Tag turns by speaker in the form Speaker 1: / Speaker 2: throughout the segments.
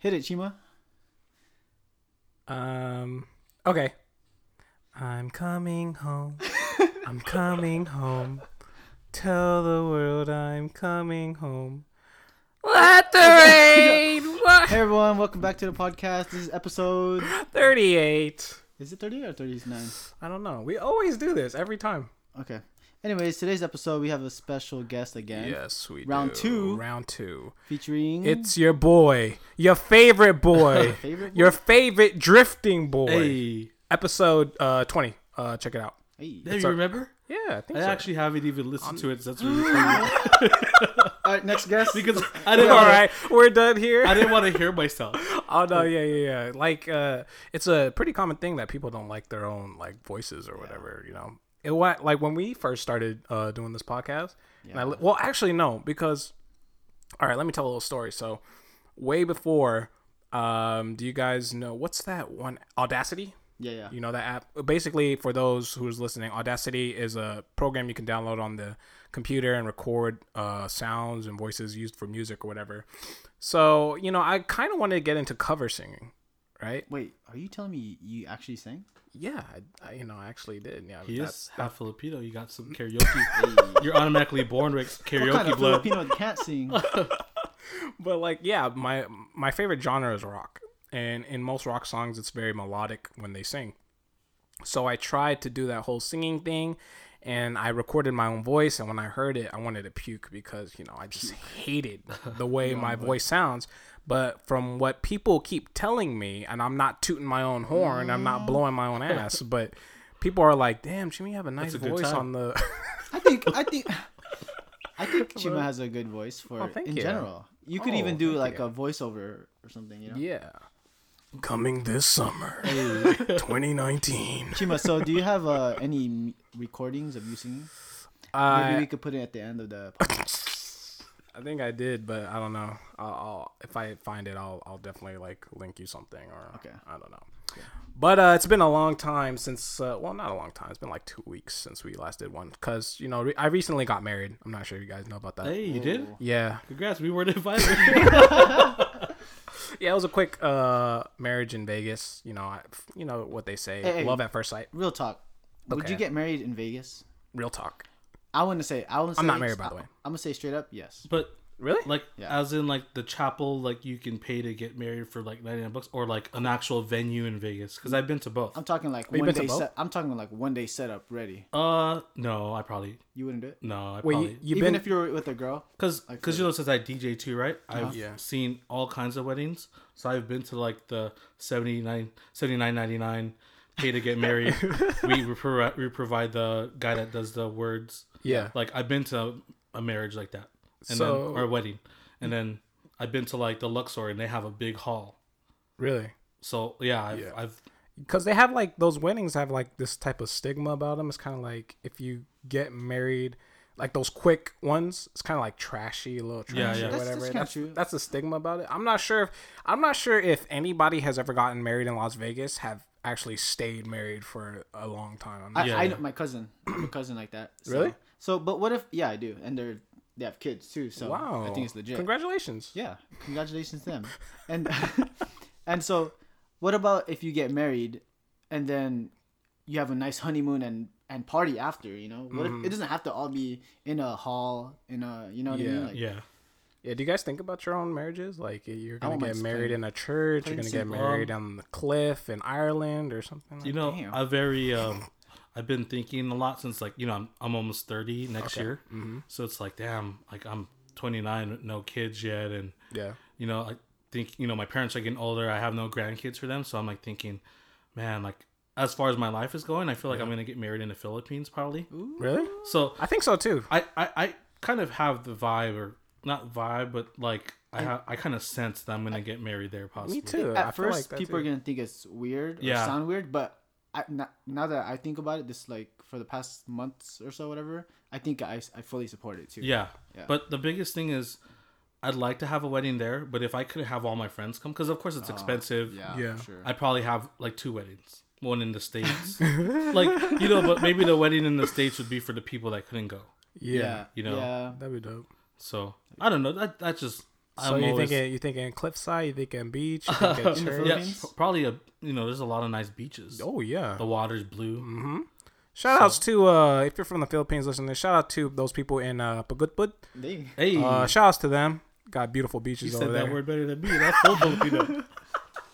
Speaker 1: Hit it, Chima.
Speaker 2: Um. Okay. I'm coming home. I'm coming home. Tell the world I'm coming home. Let the rain.
Speaker 1: Hey
Speaker 2: What?
Speaker 1: everyone, welcome back to the podcast. This is episode
Speaker 2: Thirty-eight.
Speaker 1: is it 30 or 39?
Speaker 2: I don't know. We always do this every time.
Speaker 1: Okay. Anyways, today's episode we have a special guest again.
Speaker 2: Yes, we
Speaker 1: Round do. two.
Speaker 2: Round two.
Speaker 1: Featuring
Speaker 2: It's your boy, your favorite boy,
Speaker 1: Favorite boy?
Speaker 2: your favorite drifting boy.
Speaker 3: Hey,
Speaker 2: Episode uh twenty. Uh, check it out.
Speaker 1: Hey.
Speaker 3: hey, you remember?
Speaker 2: Yeah, I think
Speaker 3: I
Speaker 2: so.
Speaker 3: actually haven't even listened to it since we recorded it
Speaker 1: All right, next guest.
Speaker 3: because I
Speaker 2: All
Speaker 3: didn't. wanna-
Speaker 2: right, we're done here.
Speaker 3: I didn't want to hear myself.
Speaker 2: Oh no, yeah, yeah, yeah. Like, uh, it's a pretty common thing that people don't like their own like voices or whatever. You know, it what like when we first started uh, doing this podcast. And I, li- well, actually, no, because all right, let me tell a little story. So, way before, um, do you guys know what's that one Audacity?
Speaker 1: yeah, yeah.
Speaker 2: You know that app. Basically, for those who's listening, Audacity is a program you can download on the computer and record uh, sounds and voices used for music or whatever. So you know, I kind of wanted to get into cover singing, right?
Speaker 1: Wait, are you telling me you actually sang?
Speaker 2: Yeah, I, I, you know, I actually did. Yeah,
Speaker 3: He
Speaker 2: that-
Speaker 3: is half Filipino. You got some karaoke. You're automatically born with
Speaker 1: What kind
Speaker 3: karaoke
Speaker 1: of
Speaker 3: blood.
Speaker 1: Filipino can't sing?
Speaker 2: but like, yeah, my my favorite genre is rock, and in most rock songs, it's very melodic when they sing. So I tried to do that whole singing thing, and I recorded my own voice. And when I heard it, I wanted to puke because you know I just hated the way my voice sounds. But from what people keep telling me, and I'm not tooting my own horn, I'm
Speaker 3: Mm.
Speaker 2: not blowing my own ass, but people are like, "Damn, Jimmy, you have a nice
Speaker 3: a good
Speaker 2: voice
Speaker 3: time."
Speaker 2: on the."
Speaker 1: I think I think I think Chima has a good voice for
Speaker 2: Oh, thank
Speaker 1: in
Speaker 2: you.
Speaker 1: general. You could
Speaker 2: Oh,
Speaker 1: even do
Speaker 2: thank
Speaker 1: like
Speaker 2: you.
Speaker 1: a voiceover or something, you know.
Speaker 2: yeah. Coming this summer, 2019.
Speaker 1: Chima, so do you have uh, any m- recordings of you singing? Maybe
Speaker 2: Uh,
Speaker 1: we could put it at the end of the podcast.
Speaker 2: I think I did, but I don't know. I'll, I'll if I find it, I'll I'll definitely like link you something or
Speaker 1: Okay.
Speaker 2: I don't know. But uh, it's been a long time since. Uh, well, not a long time. It's been like two weeks since we last did one because you know re- I recently got married. I'm not sure if you guys know about that.
Speaker 3: Hey, you did?
Speaker 1: Oh.
Speaker 2: Yeah,
Speaker 3: Congrats, we weren't invited.
Speaker 2: yeah. It was a quick uh marriage in Vegas. You know, I, you know what they say.
Speaker 1: Hey, hey.
Speaker 2: Love at first sight.
Speaker 1: Real talk. Would
Speaker 2: Okay.
Speaker 1: you get married in Vegas?
Speaker 2: Real talk.
Speaker 1: I want to say I want.
Speaker 2: I'm not married, by the way.
Speaker 1: I'm gonna say straight up, yes.
Speaker 3: but
Speaker 2: Really?
Speaker 3: like,
Speaker 1: Yeah.
Speaker 3: as in like the chapel, like you can pay to get married for like 99 bucks, or like an actual venue in Vegas. Because I've been to both.
Speaker 1: I'm talking like
Speaker 2: you
Speaker 1: one
Speaker 2: been to
Speaker 1: day.
Speaker 2: both?
Speaker 1: Set, I'm talking like one day setup ready.
Speaker 3: Uh, no, I probably
Speaker 1: You wouldn't do it,
Speaker 3: no, I
Speaker 2: Wait,
Speaker 3: probably.
Speaker 2: you, you've
Speaker 1: Oh, even
Speaker 2: been?
Speaker 1: if you're with a girl.
Speaker 3: Cause, cause you know, since I DJ too, right? I've
Speaker 2: Uh-huh. Yeah.
Speaker 3: seen all kinds of weddings. So I've been to like the 79 79.99 pay to get married. we, we, pro- we provide the guy that does the words.
Speaker 2: Yeah.
Speaker 3: Like I've been to a marriage like that, and
Speaker 2: So-
Speaker 3: then, or a wedding, and then I've been to like the Luxor, and they have a big hall.
Speaker 2: really?
Speaker 3: So yeah, I've,
Speaker 2: Yeah.
Speaker 3: I've
Speaker 2: because they have like those weddings have like this type of stigma about them. It's kind of like if you get married, like those quick ones, it's kind of like trashy, a little trashy,
Speaker 3: Yeah, yeah.
Speaker 2: or
Speaker 3: That's-
Speaker 2: whatever.
Speaker 1: that's
Speaker 2: That's,
Speaker 1: kinda
Speaker 2: that's,
Speaker 1: true.
Speaker 2: the stigma about it. I'm not sure if I'm not sure if anybody has ever gotten married in Las Vegas have actually stayed married for a long time. I'm not,
Speaker 1: I,
Speaker 3: Yeah,
Speaker 1: I
Speaker 3: yeah.
Speaker 1: know my cousin, I have a cousin like that. So.
Speaker 2: Really?
Speaker 1: So, but what if? Yeah, I do, and they're they have kids too. So
Speaker 2: wow,
Speaker 1: I think it's legit.
Speaker 2: Congratulations.
Speaker 1: yeah, congratulations to them. And and so, what about if you get married, and then you have a nice honeymoon and and party after? You know, what
Speaker 2: Mm-hmm.
Speaker 1: if it doesn't have to all be in a hall in a you know what I
Speaker 2: Yeah.
Speaker 1: mean? Like,
Speaker 3: yeah.
Speaker 2: Yeah, do you guys think about your own marriages? Like you're gonna
Speaker 1: want
Speaker 2: get
Speaker 1: mine
Speaker 2: married
Speaker 1: plain-
Speaker 2: in a church, you're
Speaker 1: plain
Speaker 2: gonna get
Speaker 1: simple.
Speaker 2: married on the cliff in Ireland or something. Like
Speaker 3: You know,
Speaker 1: Damn.
Speaker 3: I very um, I've been thinking a lot since like you know I'm I'm almost thirty next year, so it's like damn, like I'm 29, with no kids yet, and
Speaker 2: yeah,
Speaker 3: you know I think you know my parents are getting older. I have no grandkids for them, so I'm like thinking, man, like as far as my life is going, I feel like I'm gonna get married in the Philippines probably.
Speaker 2: really?
Speaker 3: So
Speaker 2: I think so too.
Speaker 3: I, I I kind of have the vibe or not vibe, but like I have I kind of sense that I'm gonna get married there possibly.
Speaker 2: Me too.
Speaker 1: at
Speaker 2: I feel like
Speaker 1: first
Speaker 2: that
Speaker 1: people
Speaker 2: too.
Speaker 1: are gonna think it's weird or
Speaker 3: Yeah.
Speaker 1: sound weird, but I, now, now that I think about it, this like for the past months or so, whatever, I think I, I fully support it too.
Speaker 3: Yeah.
Speaker 1: Yeah.
Speaker 3: But the biggest thing is, I'd like to have a wedding there, but if I could have all my friends come, because of course it's expensive.
Speaker 1: Oh, yeah,
Speaker 2: Yeah.
Speaker 1: for sure.
Speaker 3: I'd probably have like two weddings, one in the states, like you know, but maybe the wedding in the states would be for the people that couldn't go.
Speaker 2: yeah.
Speaker 3: you know.
Speaker 1: yeah,
Speaker 2: That'd be dope.
Speaker 3: So I don't know. That that's just
Speaker 2: So
Speaker 3: I'm
Speaker 2: you
Speaker 3: always-
Speaker 2: thinking you thinking cliffside, you thinking beach, you thinking
Speaker 1: In the
Speaker 2: church.
Speaker 3: yeah,
Speaker 1: Philippines?
Speaker 3: p- probably a you know. There's a lot of nice beaches.
Speaker 2: Oh yeah.
Speaker 3: The water's blue.
Speaker 2: Mm-hmm. Shout outs to uh, if you're from the Philippines listening, shout out to those people in uh, Pagutput.
Speaker 1: Dang.
Speaker 3: Hey,
Speaker 2: Uh,
Speaker 1: Mm.
Speaker 2: shout outs to them. Got beautiful
Speaker 3: you
Speaker 2: beaches
Speaker 3: said
Speaker 2: over there.
Speaker 3: that word better than me. That's so Filipino.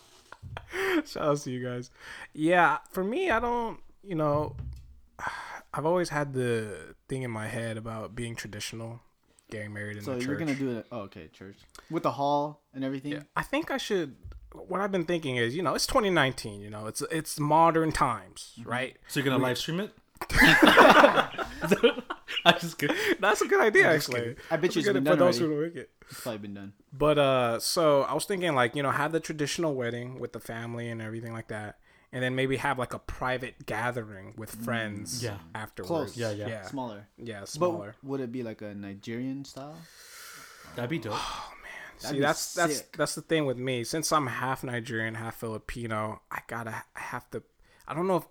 Speaker 2: shout outs to you guys. Yeah, for me, I don't. You know, I've always had the thing in my head about being traditional, getting married in
Speaker 1: So
Speaker 2: the church.
Speaker 1: you're gonna do it? Oh, okay, church with the hall and everything.
Speaker 2: I think I should. What I've been thinking is, you know, it's 2019. You know, it's it's modern times,
Speaker 1: Mm-hmm.
Speaker 2: right?
Speaker 3: So you're gonna live stream it? I'm just kidding.
Speaker 2: That's a good idea, actually.
Speaker 1: I bet you it's
Speaker 2: Good
Speaker 1: been
Speaker 2: for
Speaker 1: done
Speaker 2: those
Speaker 1: already.
Speaker 2: who like it.
Speaker 1: It's probably been done.
Speaker 2: But uh, so I was thinking like you know have the traditional wedding with the family and everything like that, and then maybe have like a private gathering with friends.
Speaker 3: yeah.
Speaker 1: Mm,
Speaker 2: afterwards.
Speaker 1: Close.
Speaker 2: Yeah,
Speaker 3: Yeah,
Speaker 2: yeah,
Speaker 3: yeah.
Speaker 2: yeah,
Speaker 1: Smaller.
Speaker 2: smaller.
Speaker 1: But would it be like a Nigerian style?
Speaker 3: That'd be dope.
Speaker 2: See,
Speaker 1: be
Speaker 2: that's that's
Speaker 1: sick.
Speaker 2: that's the thing with me. Since I'm half Nigerian, half Filipino, I gotta I have to. I don't know if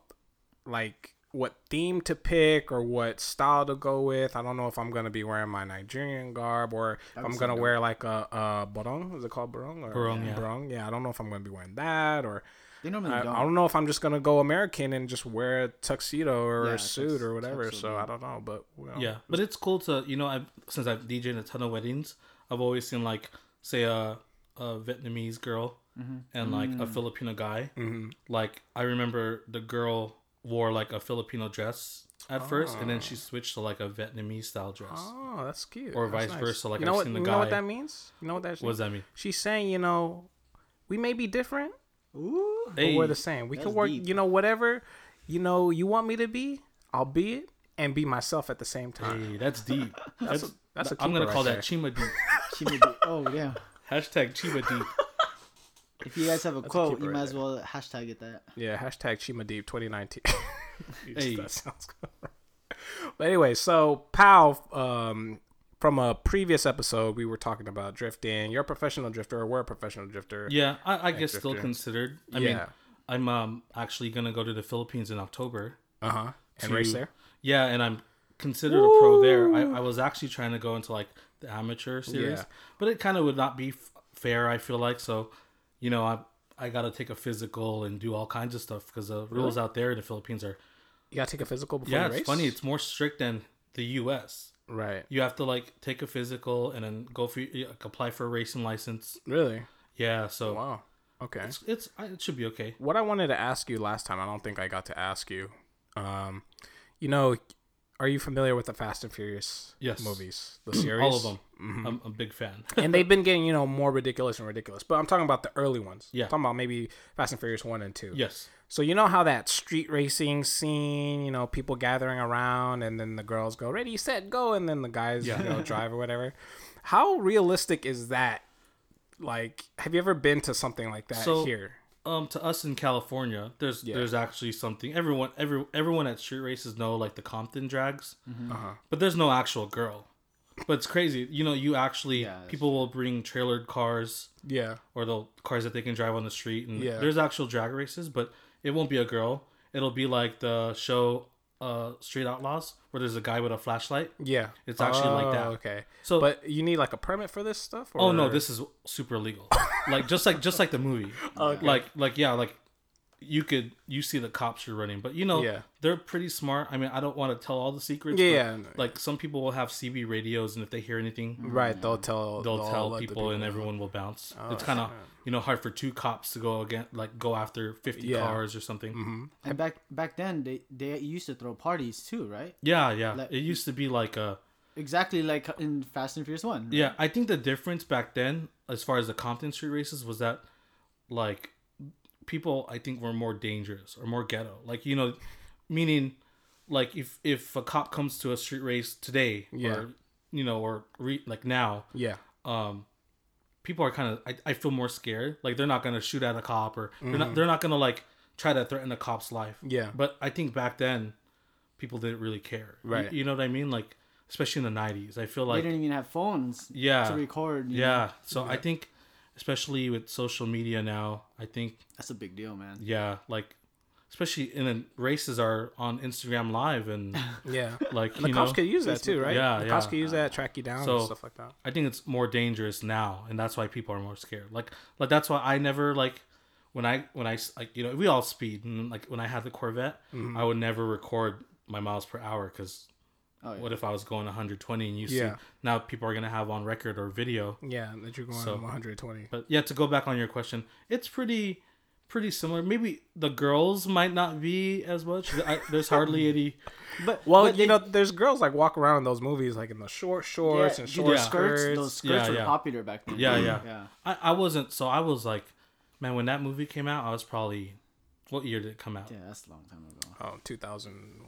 Speaker 2: like what theme to pick or what style to go with. I don't know if I'm gonna be wearing my Nigerian garb or if I'm gonna wear like a, a barong. Is it called barong? Or
Speaker 3: Barong, yeah.
Speaker 2: barong. Yeah, I don't know if I'm gonna be wearing that or
Speaker 1: They normally
Speaker 2: I,
Speaker 1: don't.
Speaker 2: I don't know if I'm just gonna go American and just wear a tuxedo or
Speaker 1: Yeah,
Speaker 2: a suit
Speaker 1: tux-
Speaker 2: or whatever.
Speaker 1: tux would
Speaker 2: So
Speaker 1: be-
Speaker 2: I don't know, but well,
Speaker 3: Yeah, Um, but it's cool to you know. I've since I've DJed a ton of weddings, I've always seen like say a, a Vietnamese girl and like a Filipino guy. Mm-hmm. Like I remember the girl wore like a Filipino dress at first, and then she switched to like a Vietnamese style dress.
Speaker 2: Oh, that's cute.
Speaker 3: Or
Speaker 2: That's
Speaker 3: vice
Speaker 2: nice.
Speaker 3: versa, like
Speaker 2: you know
Speaker 3: I've
Speaker 2: what,
Speaker 3: seen the
Speaker 2: you know what
Speaker 3: guy-
Speaker 2: that means? You know what that
Speaker 3: What does that mean?
Speaker 2: She's saying, you know, we may be different,
Speaker 1: Ooh.
Speaker 2: but we're
Speaker 3: Hey.
Speaker 2: the same. We can
Speaker 1: that's
Speaker 2: work,
Speaker 1: deep.
Speaker 2: you know, whatever, you know, you want me to be, I'll be it and be myself at the same time.
Speaker 3: Hey, that's deep. that's,
Speaker 2: That's a
Speaker 3: I'm gonna
Speaker 2: keeper
Speaker 3: call
Speaker 2: right
Speaker 3: that Chima deep.
Speaker 1: She would be, oh yeah.
Speaker 3: Hashtag Chima deep.
Speaker 1: If you guys have a quote,
Speaker 2: keeper
Speaker 1: you
Speaker 2: right
Speaker 1: might as well hashtag it that.
Speaker 2: there. Yeah, hashtag Chima Deep 2019. Jeez,
Speaker 3: Hey.
Speaker 2: That sounds good. But anyway, so Pow, um, from a previous episode, we were talking about drifting. You're a professional drifter, or we're a professional drifter.
Speaker 3: Yeah, I, I guess still considered. I mean,
Speaker 2: Yeah.
Speaker 3: I'm um actually gonna go to the Philippines in October.
Speaker 2: Uh huh. And race
Speaker 3: to-
Speaker 2: there.
Speaker 3: Yeah, and I'm considered a pro there. I, I was actually trying to go into like the amateur series,
Speaker 2: Yeah.
Speaker 3: but it kind of would not be f- fair. I feel like so, you know, I I got to take a physical and do all kinds of stuff because the rules out there in the Philippines are
Speaker 2: You gotta take a physical before you
Speaker 3: yeah. It's
Speaker 2: race.
Speaker 3: funny. It's more strict than the U.S.
Speaker 2: right.
Speaker 3: You have to like take a physical and then go for like, apply for a racing license.
Speaker 2: Really?
Speaker 3: Yeah, so
Speaker 2: Wow. Okay.
Speaker 3: it's it's I- it should be okay.
Speaker 2: What I wanted to ask you last time, I don't think I got to ask you. Um, you know, are you familiar with the Fast and Furious
Speaker 3: Yes.
Speaker 2: movies, the series?
Speaker 3: All of them.
Speaker 2: Mm-hmm.
Speaker 3: I'm a big fan.
Speaker 2: and they've been getting you know more ridiculous and ridiculous. But I'm talking about the early ones.
Speaker 3: Yeah.
Speaker 2: I'm talking about maybe Fast and Furious one and two.
Speaker 3: yes.
Speaker 2: So you know how that street racing scene, you know, people gathering around, and then the girls go ready, set, go, and then the guys you know drive or whatever. How realistic is that? Like, have you ever been to something like that
Speaker 3: So-
Speaker 2: here?
Speaker 3: um to us in California, there's there's actually something everyone every everyone at street races know like the Compton drags, but there's no actual girl. But it's crazy, you know. You actually
Speaker 1: that's
Speaker 3: people will bring trailered cars
Speaker 2: Yeah.
Speaker 3: or the cars that they can drive on the street, and
Speaker 2: Yeah.
Speaker 3: there's actual drag races, but it won't be a girl. It'll be like the show uh Street Outlaws, where there's a guy with a flashlight.
Speaker 2: Yeah,
Speaker 3: It's actually like that.
Speaker 2: Oh, Okay,
Speaker 3: So-
Speaker 2: but you need like a permit for this stuff. Or?
Speaker 3: Oh no, this is super illegal. like just like just like the movie. Like like yeah, like you could you see the cops you're running, but you know
Speaker 2: Yeah.
Speaker 3: they're pretty smart. I mean, I don't want to tell all the secrets.
Speaker 2: Yeah,
Speaker 3: but,
Speaker 2: yeah, no.
Speaker 3: Like some people will have CB radios, and if they hear anything,
Speaker 2: right. They'll tell.
Speaker 3: Mm, they'll tell
Speaker 2: let the Oh,
Speaker 3: people, and everyone will bounce. it's kind of you know hard for two cops to go again, like go after fifty
Speaker 2: Yeah. Mm.
Speaker 3: cars or something.
Speaker 2: Mm-hmm.
Speaker 1: And back back then, they they used to throw parties too, right?
Speaker 3: Yeah, yeah. it used to be like a
Speaker 1: Exactly like in Fast and Furious One.
Speaker 3: Yeah, I think the difference back then, as far as the Compton Street races, was that like people I think were more dangerous or more ghetto. Like you know, meaning like if if a cop comes to a street race today,
Speaker 2: Yeah.
Speaker 3: or you know, or re- like now,
Speaker 2: Yeah,
Speaker 3: um, people are kind of I, I feel more scared. Like they're not gonna shoot at a cop or they're not they're not gonna like try to threaten a cop's life.
Speaker 2: Yeah.
Speaker 3: but I think back then people didn't really care. You-
Speaker 2: Right.
Speaker 3: you, know what I mean? Like especially in the nineties, I feel
Speaker 1: They
Speaker 3: like.
Speaker 1: didn't even have phones.
Speaker 3: Yeah.
Speaker 1: To record. you know?
Speaker 3: Yeah. So I think, especially with social media now, I think,
Speaker 1: That's a big deal, man.
Speaker 3: yeah, like, especially in a- races are on Instagram Live and
Speaker 2: Yeah.
Speaker 3: like
Speaker 2: And the
Speaker 3: you
Speaker 2: cops
Speaker 3: know,
Speaker 2: could use that too, right?
Speaker 3: Yeah,
Speaker 2: The
Speaker 3: yeah.
Speaker 2: cops could use that, track you down, and
Speaker 3: So-
Speaker 2: stuff like that.
Speaker 3: I think it's more dangerous now, and that's why people are more scared. Like, like that's why I never like when I when I s- like you know we all speed and like when I had the Corvette,
Speaker 2: Mm-hmm.
Speaker 3: I would never record my miles per hour because
Speaker 1: Oh, yeah.
Speaker 3: what if I was going 120 and you
Speaker 2: Yeah.
Speaker 3: see now people are gonna have on record or video.
Speaker 2: Yeah, that you're going
Speaker 3: So-
Speaker 2: 120.
Speaker 3: But yeah, to go back on your question, it's pretty pretty similar. Maybe the girls might not be as much. I, there's hardly any.
Speaker 1: But
Speaker 2: Well,
Speaker 1: but
Speaker 2: you
Speaker 1: they-
Speaker 2: know, there's girls like walk around in those movies, like in the short
Speaker 1: yeah,
Speaker 2: shorts and
Speaker 1: dude,
Speaker 2: short
Speaker 1: those skirts,
Speaker 2: skirts.
Speaker 1: those skirts
Speaker 3: Yeah,
Speaker 1: were
Speaker 3: yeah.
Speaker 1: popular back then.
Speaker 3: Yeah, yeah.
Speaker 1: yeah.
Speaker 3: I, I wasn't so I was like, man, when that movie came out, I was probably what year did it come out?
Speaker 1: Yeah, that's a long time ago.
Speaker 2: Oh, 2000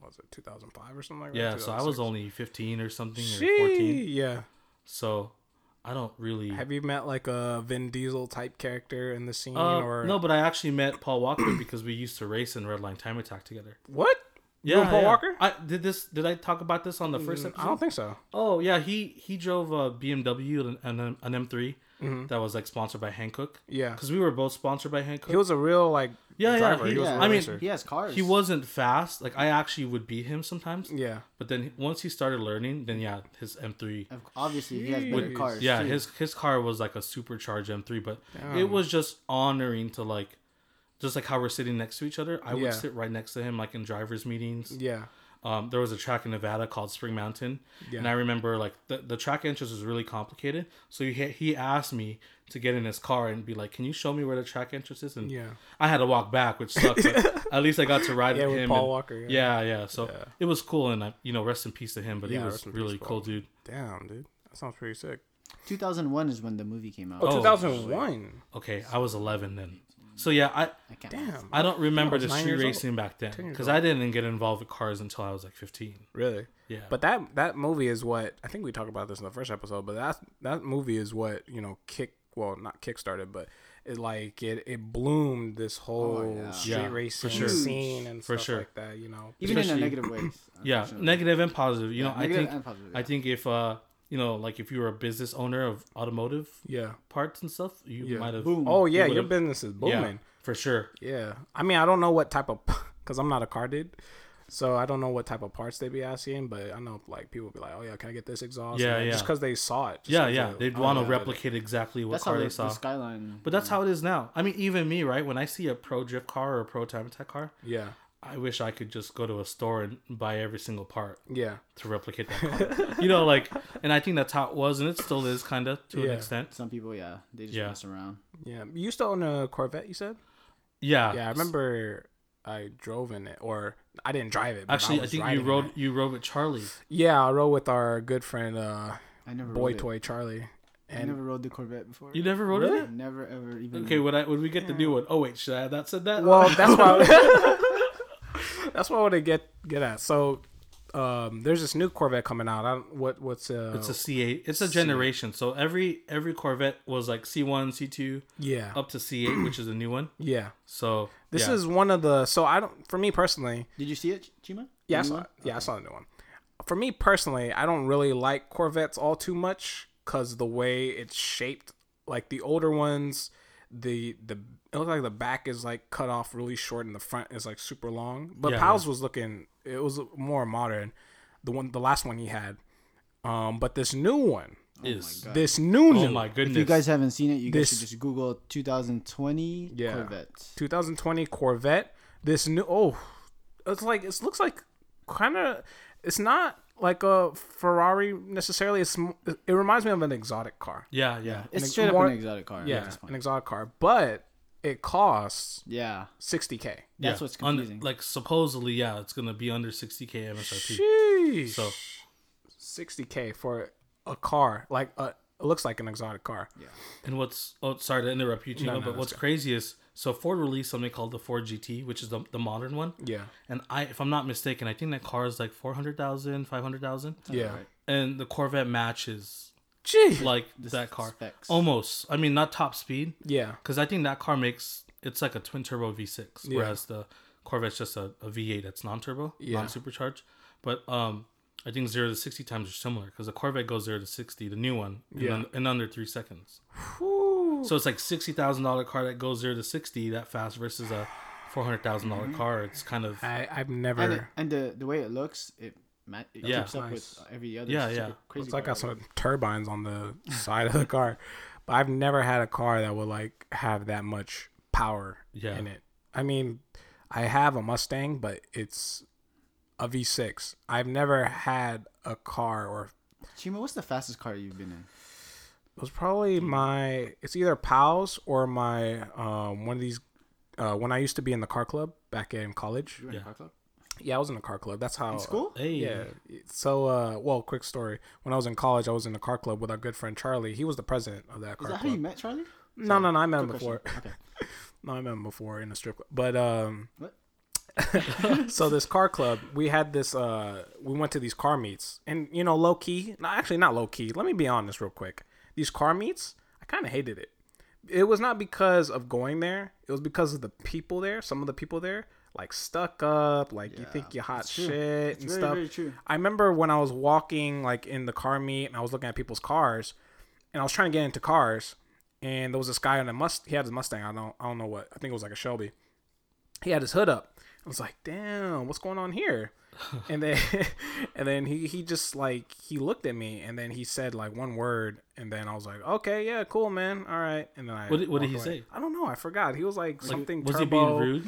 Speaker 2: what was it 2005 or something like that?
Speaker 3: Yeah, so I was
Speaker 2: 2006?
Speaker 3: only 15 or something or
Speaker 2: Gee,
Speaker 3: 14.
Speaker 2: Yeah.
Speaker 3: So I don't really
Speaker 2: Have you met like a Vin Diesel type character in the scene
Speaker 3: Uh,
Speaker 2: or
Speaker 3: No, but I actually met Paul Walker because we used to race in Red Line Time Attack together.
Speaker 2: what? You
Speaker 3: Yeah,
Speaker 2: and Paul
Speaker 3: yeah.
Speaker 2: Walker?
Speaker 3: I did this did I talk about this on the first
Speaker 2: Mm,
Speaker 3: episode?
Speaker 2: I don't think so.
Speaker 3: Oh, yeah, he he drove a BMW and an, an M3
Speaker 2: Mm-hmm.
Speaker 3: that was like sponsored by Hankook.
Speaker 2: Yeah.
Speaker 3: Cuz we were both sponsored by Hankook.
Speaker 2: He was a real like
Speaker 3: Yeah, yeah,
Speaker 2: driver.
Speaker 3: he-
Speaker 2: was a
Speaker 1: yeah,
Speaker 2: real
Speaker 3: I mean-
Speaker 2: racer.
Speaker 1: he has cars.
Speaker 3: he wasn't fast. Like I actually would beat him sometimes.
Speaker 2: yeah.
Speaker 3: But then once he started learning, then yeah, his M3.
Speaker 1: Of- obviously he has better
Speaker 2: Jeez.
Speaker 1: cars.
Speaker 3: Yeah,
Speaker 1: too.
Speaker 3: his his car was like a supercharged M3, but it was just honoring to like, just like how we're sitting next to each other. I
Speaker 2: Yeah.
Speaker 3: would sit right next to him like in drivers meetings.
Speaker 2: Yeah.
Speaker 3: Um, there was a track in Nevada called Spring Mountain, and I remember like the, the track entrance was really complicated. So he he asked me to get in his car and be like, "Can you show me where the track entrance is?" And
Speaker 2: Yeah.
Speaker 3: I had to walk back, which sucked. but at least I got to ride
Speaker 2: Yeah,
Speaker 3: with
Speaker 2: with
Speaker 3: him.
Speaker 2: Paul
Speaker 3: and-
Speaker 2: Walker, yeah.
Speaker 3: Yeah, yeah. So it was cool, and I, you know, rest in peace to him. But
Speaker 2: Yeah,
Speaker 3: he
Speaker 2: rest
Speaker 3: was
Speaker 2: in
Speaker 3: really
Speaker 2: peace,
Speaker 3: cool,
Speaker 2: Paul.
Speaker 3: dude.
Speaker 2: Damn, dude. That sounds pretty sick.
Speaker 1: 2001 is when the movie came out.
Speaker 2: Oh,
Speaker 3: Oh,
Speaker 2: 2001.
Speaker 3: Okay, I was 11 then. So yeah, I
Speaker 1: I can't.
Speaker 2: Damn.
Speaker 3: I don't remember
Speaker 2: was
Speaker 3: the
Speaker 2: nine
Speaker 3: street
Speaker 2: years old.
Speaker 3: racing back then
Speaker 2: years
Speaker 3: because I didn't get involved with cars until I was like 15.
Speaker 2: Really?
Speaker 3: Yeah.
Speaker 2: But that that movie is what I think we talked about this in the first episode. But that that movie is what you know kick well not kick started, but it like it it bloomed this whole
Speaker 1: yeah.
Speaker 2: street
Speaker 3: Yeah, for
Speaker 2: racing
Speaker 3: sure.
Speaker 2: scene and
Speaker 3: For
Speaker 2: stuff
Speaker 3: sure.
Speaker 2: like that. You know,
Speaker 1: Even in a
Speaker 3: Especially-
Speaker 1: negative way.
Speaker 3: yeah, negative and positive. You know, I
Speaker 1: negative
Speaker 3: think
Speaker 1: and positive,
Speaker 3: I
Speaker 1: yeah.
Speaker 3: think if uh you know like if you were a business owner of automotive
Speaker 2: yeah.
Speaker 3: parts and stuff, you
Speaker 2: Yeah.
Speaker 3: might have.
Speaker 1: Boom.
Speaker 2: Oh yeah,
Speaker 3: You
Speaker 2: your
Speaker 3: would've-
Speaker 2: business is
Speaker 3: Yeah,
Speaker 2: booming.
Speaker 3: for sure.
Speaker 2: Yeah. I mean, I don't know what type of because I'm not a car dude. So I don't know what type of parts they be asking, but I know like people be like, "Oh yeah, can I get this exhaust?"
Speaker 3: Yeah,
Speaker 2: And Just
Speaker 3: yeah.
Speaker 2: because they saw it. just
Speaker 3: Yeah,
Speaker 2: 'cause
Speaker 3: yeah.
Speaker 2: they-
Speaker 3: They'd
Speaker 2: oh,
Speaker 3: want to
Speaker 2: yeah.
Speaker 3: replicate exactly what
Speaker 1: That's how
Speaker 3: car
Speaker 1: the,
Speaker 3: they
Speaker 1: the
Speaker 3: saw.
Speaker 1: skyline.
Speaker 3: But that's how it is now. I mean, even me, right? When I see a pro drift car or a pro time attack car,
Speaker 2: Yeah,
Speaker 3: I wish I could just go to a store and buy every single part.
Speaker 2: yeah.
Speaker 3: to replicate that car. you know, like, and I think that's how it was, and it still is kind of to
Speaker 2: Yeah.
Speaker 3: an extent.
Speaker 1: some people, yeah, they just
Speaker 3: Yeah.
Speaker 1: mess around.
Speaker 2: Yeah, you used to own a Corvette, you said?
Speaker 3: Yeah,
Speaker 2: Yeah, I remember I drove in it, or I didn't drive it. But
Speaker 3: Actually, I,
Speaker 2: was
Speaker 3: think
Speaker 2: riding
Speaker 3: you
Speaker 2: in
Speaker 3: rode
Speaker 2: it.
Speaker 3: you rode with Charlie.
Speaker 2: Yeah, I rode with our good friend, uh,
Speaker 1: I never
Speaker 2: boy
Speaker 1: rode it.
Speaker 2: toy Charlie.
Speaker 1: I never rode the Corvette before.
Speaker 3: You never rode
Speaker 1: Really?
Speaker 3: it.
Speaker 1: Never ever even.
Speaker 3: Okay, would I would we get the new one? Oh wait, should I have that said that?
Speaker 2: Well, that's why. that's what I want to get get at. So, um, there's this new Corvette coming out. I don't, what what's uh,
Speaker 3: it's a C eight. It's a generation. So every every Corvette was like C one, C two,
Speaker 2: yeah
Speaker 3: up to C eight, which is a new one.
Speaker 2: yeah.
Speaker 3: So
Speaker 2: This
Speaker 3: yeah.
Speaker 2: is one of the so I don't for me personally.
Speaker 1: Did you see it, Ch- Chima?
Speaker 2: Yeah,
Speaker 1: The
Speaker 2: I
Speaker 1: new
Speaker 2: saw,
Speaker 1: one?
Speaker 2: it. yeah, I saw the new one. For me personally, I don't really like Corvettes all too much because the way it's shaped, like the older ones, the the it looks like the back is like cut off really short and the front is like super long. But
Speaker 3: Yeah,
Speaker 2: Powell's was looking, it was more modern, the one the last one he had. Um, but this new one,
Speaker 3: is
Speaker 2: this new
Speaker 3: oh
Speaker 2: new
Speaker 3: my goodness.
Speaker 1: If you guys haven't seen it, you guys
Speaker 2: This-
Speaker 1: should just Google 2020
Speaker 2: Yeah.
Speaker 1: Corvette.
Speaker 2: 2020 Corvette. This new oh, it's like it looks like kind of it's not like a Ferrari necessarily. It's m- it reminds me of an exotic car.
Speaker 3: yeah, yeah,
Speaker 1: It's
Speaker 2: ex-
Speaker 1: straight
Speaker 2: more-
Speaker 1: up an exotic car. at
Speaker 2: Yeah,
Speaker 1: this point.
Speaker 2: an exotic car, but it costs
Speaker 1: yeah.
Speaker 2: 60k.
Speaker 1: That's
Speaker 3: yeah.
Speaker 1: what's
Speaker 3: Under-
Speaker 1: confusing.
Speaker 3: like supposedly, yeah, it's gonna be under sixty k MSRP.
Speaker 2: Sheesh.
Speaker 3: So-
Speaker 2: 60k for a car like a it looks like an exotic car. Yeah.
Speaker 3: And what's oh sorry to interrupt you, Gino,
Speaker 2: no,
Speaker 3: but
Speaker 2: that's
Speaker 3: what's crazy is so Ford released something called the Ford GT, which is the, the modern one.
Speaker 2: Yeah.
Speaker 3: And I, if I'm not mistaken, I think that car is like 400,000, 500,000.
Speaker 2: Yeah.
Speaker 1: right.
Speaker 3: And the Corvette matches
Speaker 2: Gee.
Speaker 3: like that car
Speaker 1: specs.
Speaker 3: almost. I mean, not top speed
Speaker 2: yeah.
Speaker 3: because I think that car makes it's like a twin turbo V6, whereas the Corvette's just a a V8 that's non turbo, non supercharged. But um, I think zero to 60 times are similar because the Corvette goes zero to 60, the new one, in,
Speaker 2: Yeah.
Speaker 3: un- in under three seconds.
Speaker 2: Whew.
Speaker 3: So it's like sixty thousand dollar car that goes zero to sixty that fast versus a four hundred thousand dollar car. It's kind of
Speaker 2: Mm-hmm. I, I've
Speaker 1: and,
Speaker 2: never.
Speaker 1: it, and the the way it looks, it, ma- it
Speaker 3: Yeah.
Speaker 1: keeps up
Speaker 2: Nice.
Speaker 1: with every other.
Speaker 3: Yeah,
Speaker 1: it's like
Speaker 3: yeah.
Speaker 1: a Crazy
Speaker 2: It's like
Speaker 1: car.
Speaker 2: got some turbines on the side of the car, but I've never had a car that would like have that much power
Speaker 3: Yeah.
Speaker 2: in it. I mean, I have a Mustang, but it's a V6. I've never had a car, or
Speaker 1: Chima, what's the fastest car you've been in?
Speaker 2: it was probably my. It's either Pals or my um, one of these. Uh, when I used to be in the car club back in college.
Speaker 1: You were in
Speaker 3: Yeah.
Speaker 1: a car club?
Speaker 2: Yeah, I was in the car club. That's how
Speaker 1: In school?
Speaker 3: hey
Speaker 2: Yeah. So, uh, well, quick story. When I was in college, I was in a car club with our good friend Charlie. He was the president of that
Speaker 1: Is
Speaker 2: car
Speaker 1: that how
Speaker 2: club.
Speaker 1: you met Charlie?
Speaker 2: no, no, no. I met him
Speaker 1: Good
Speaker 2: before.
Speaker 1: question. Okay.
Speaker 2: No, I met him before in a strip club. But um,
Speaker 1: What?
Speaker 2: so this car club, we had this. Uh, we went to these car meets, and you know, low key. No, actually, not low key. Let me be honest, real quick. These car meets, I kind of hated it. It was not because of going there. It was because of the people there. Some of the people there, like stuck up, like you think you're hot shit and
Speaker 1: very,
Speaker 2: stuff.
Speaker 1: very true.
Speaker 2: I remember when I was walking like in the car meet and I was looking at people's cars and I was trying to get into cars and there was this guy on a must he had his Mustang, I don't I don't know what. I think it was like a Shelby. He had his hood up. I was like, damn, what's going on here? and then and then he, he just like he looked at me and then he said like one word and then I was like, Okay, yeah, cool man. All right. And then I
Speaker 3: What did- what did
Speaker 2: walked
Speaker 3: he
Speaker 2: away.
Speaker 3: say?
Speaker 2: I don't know, I forgot. He was like, something
Speaker 3: was he
Speaker 2: turbo
Speaker 3: being rude?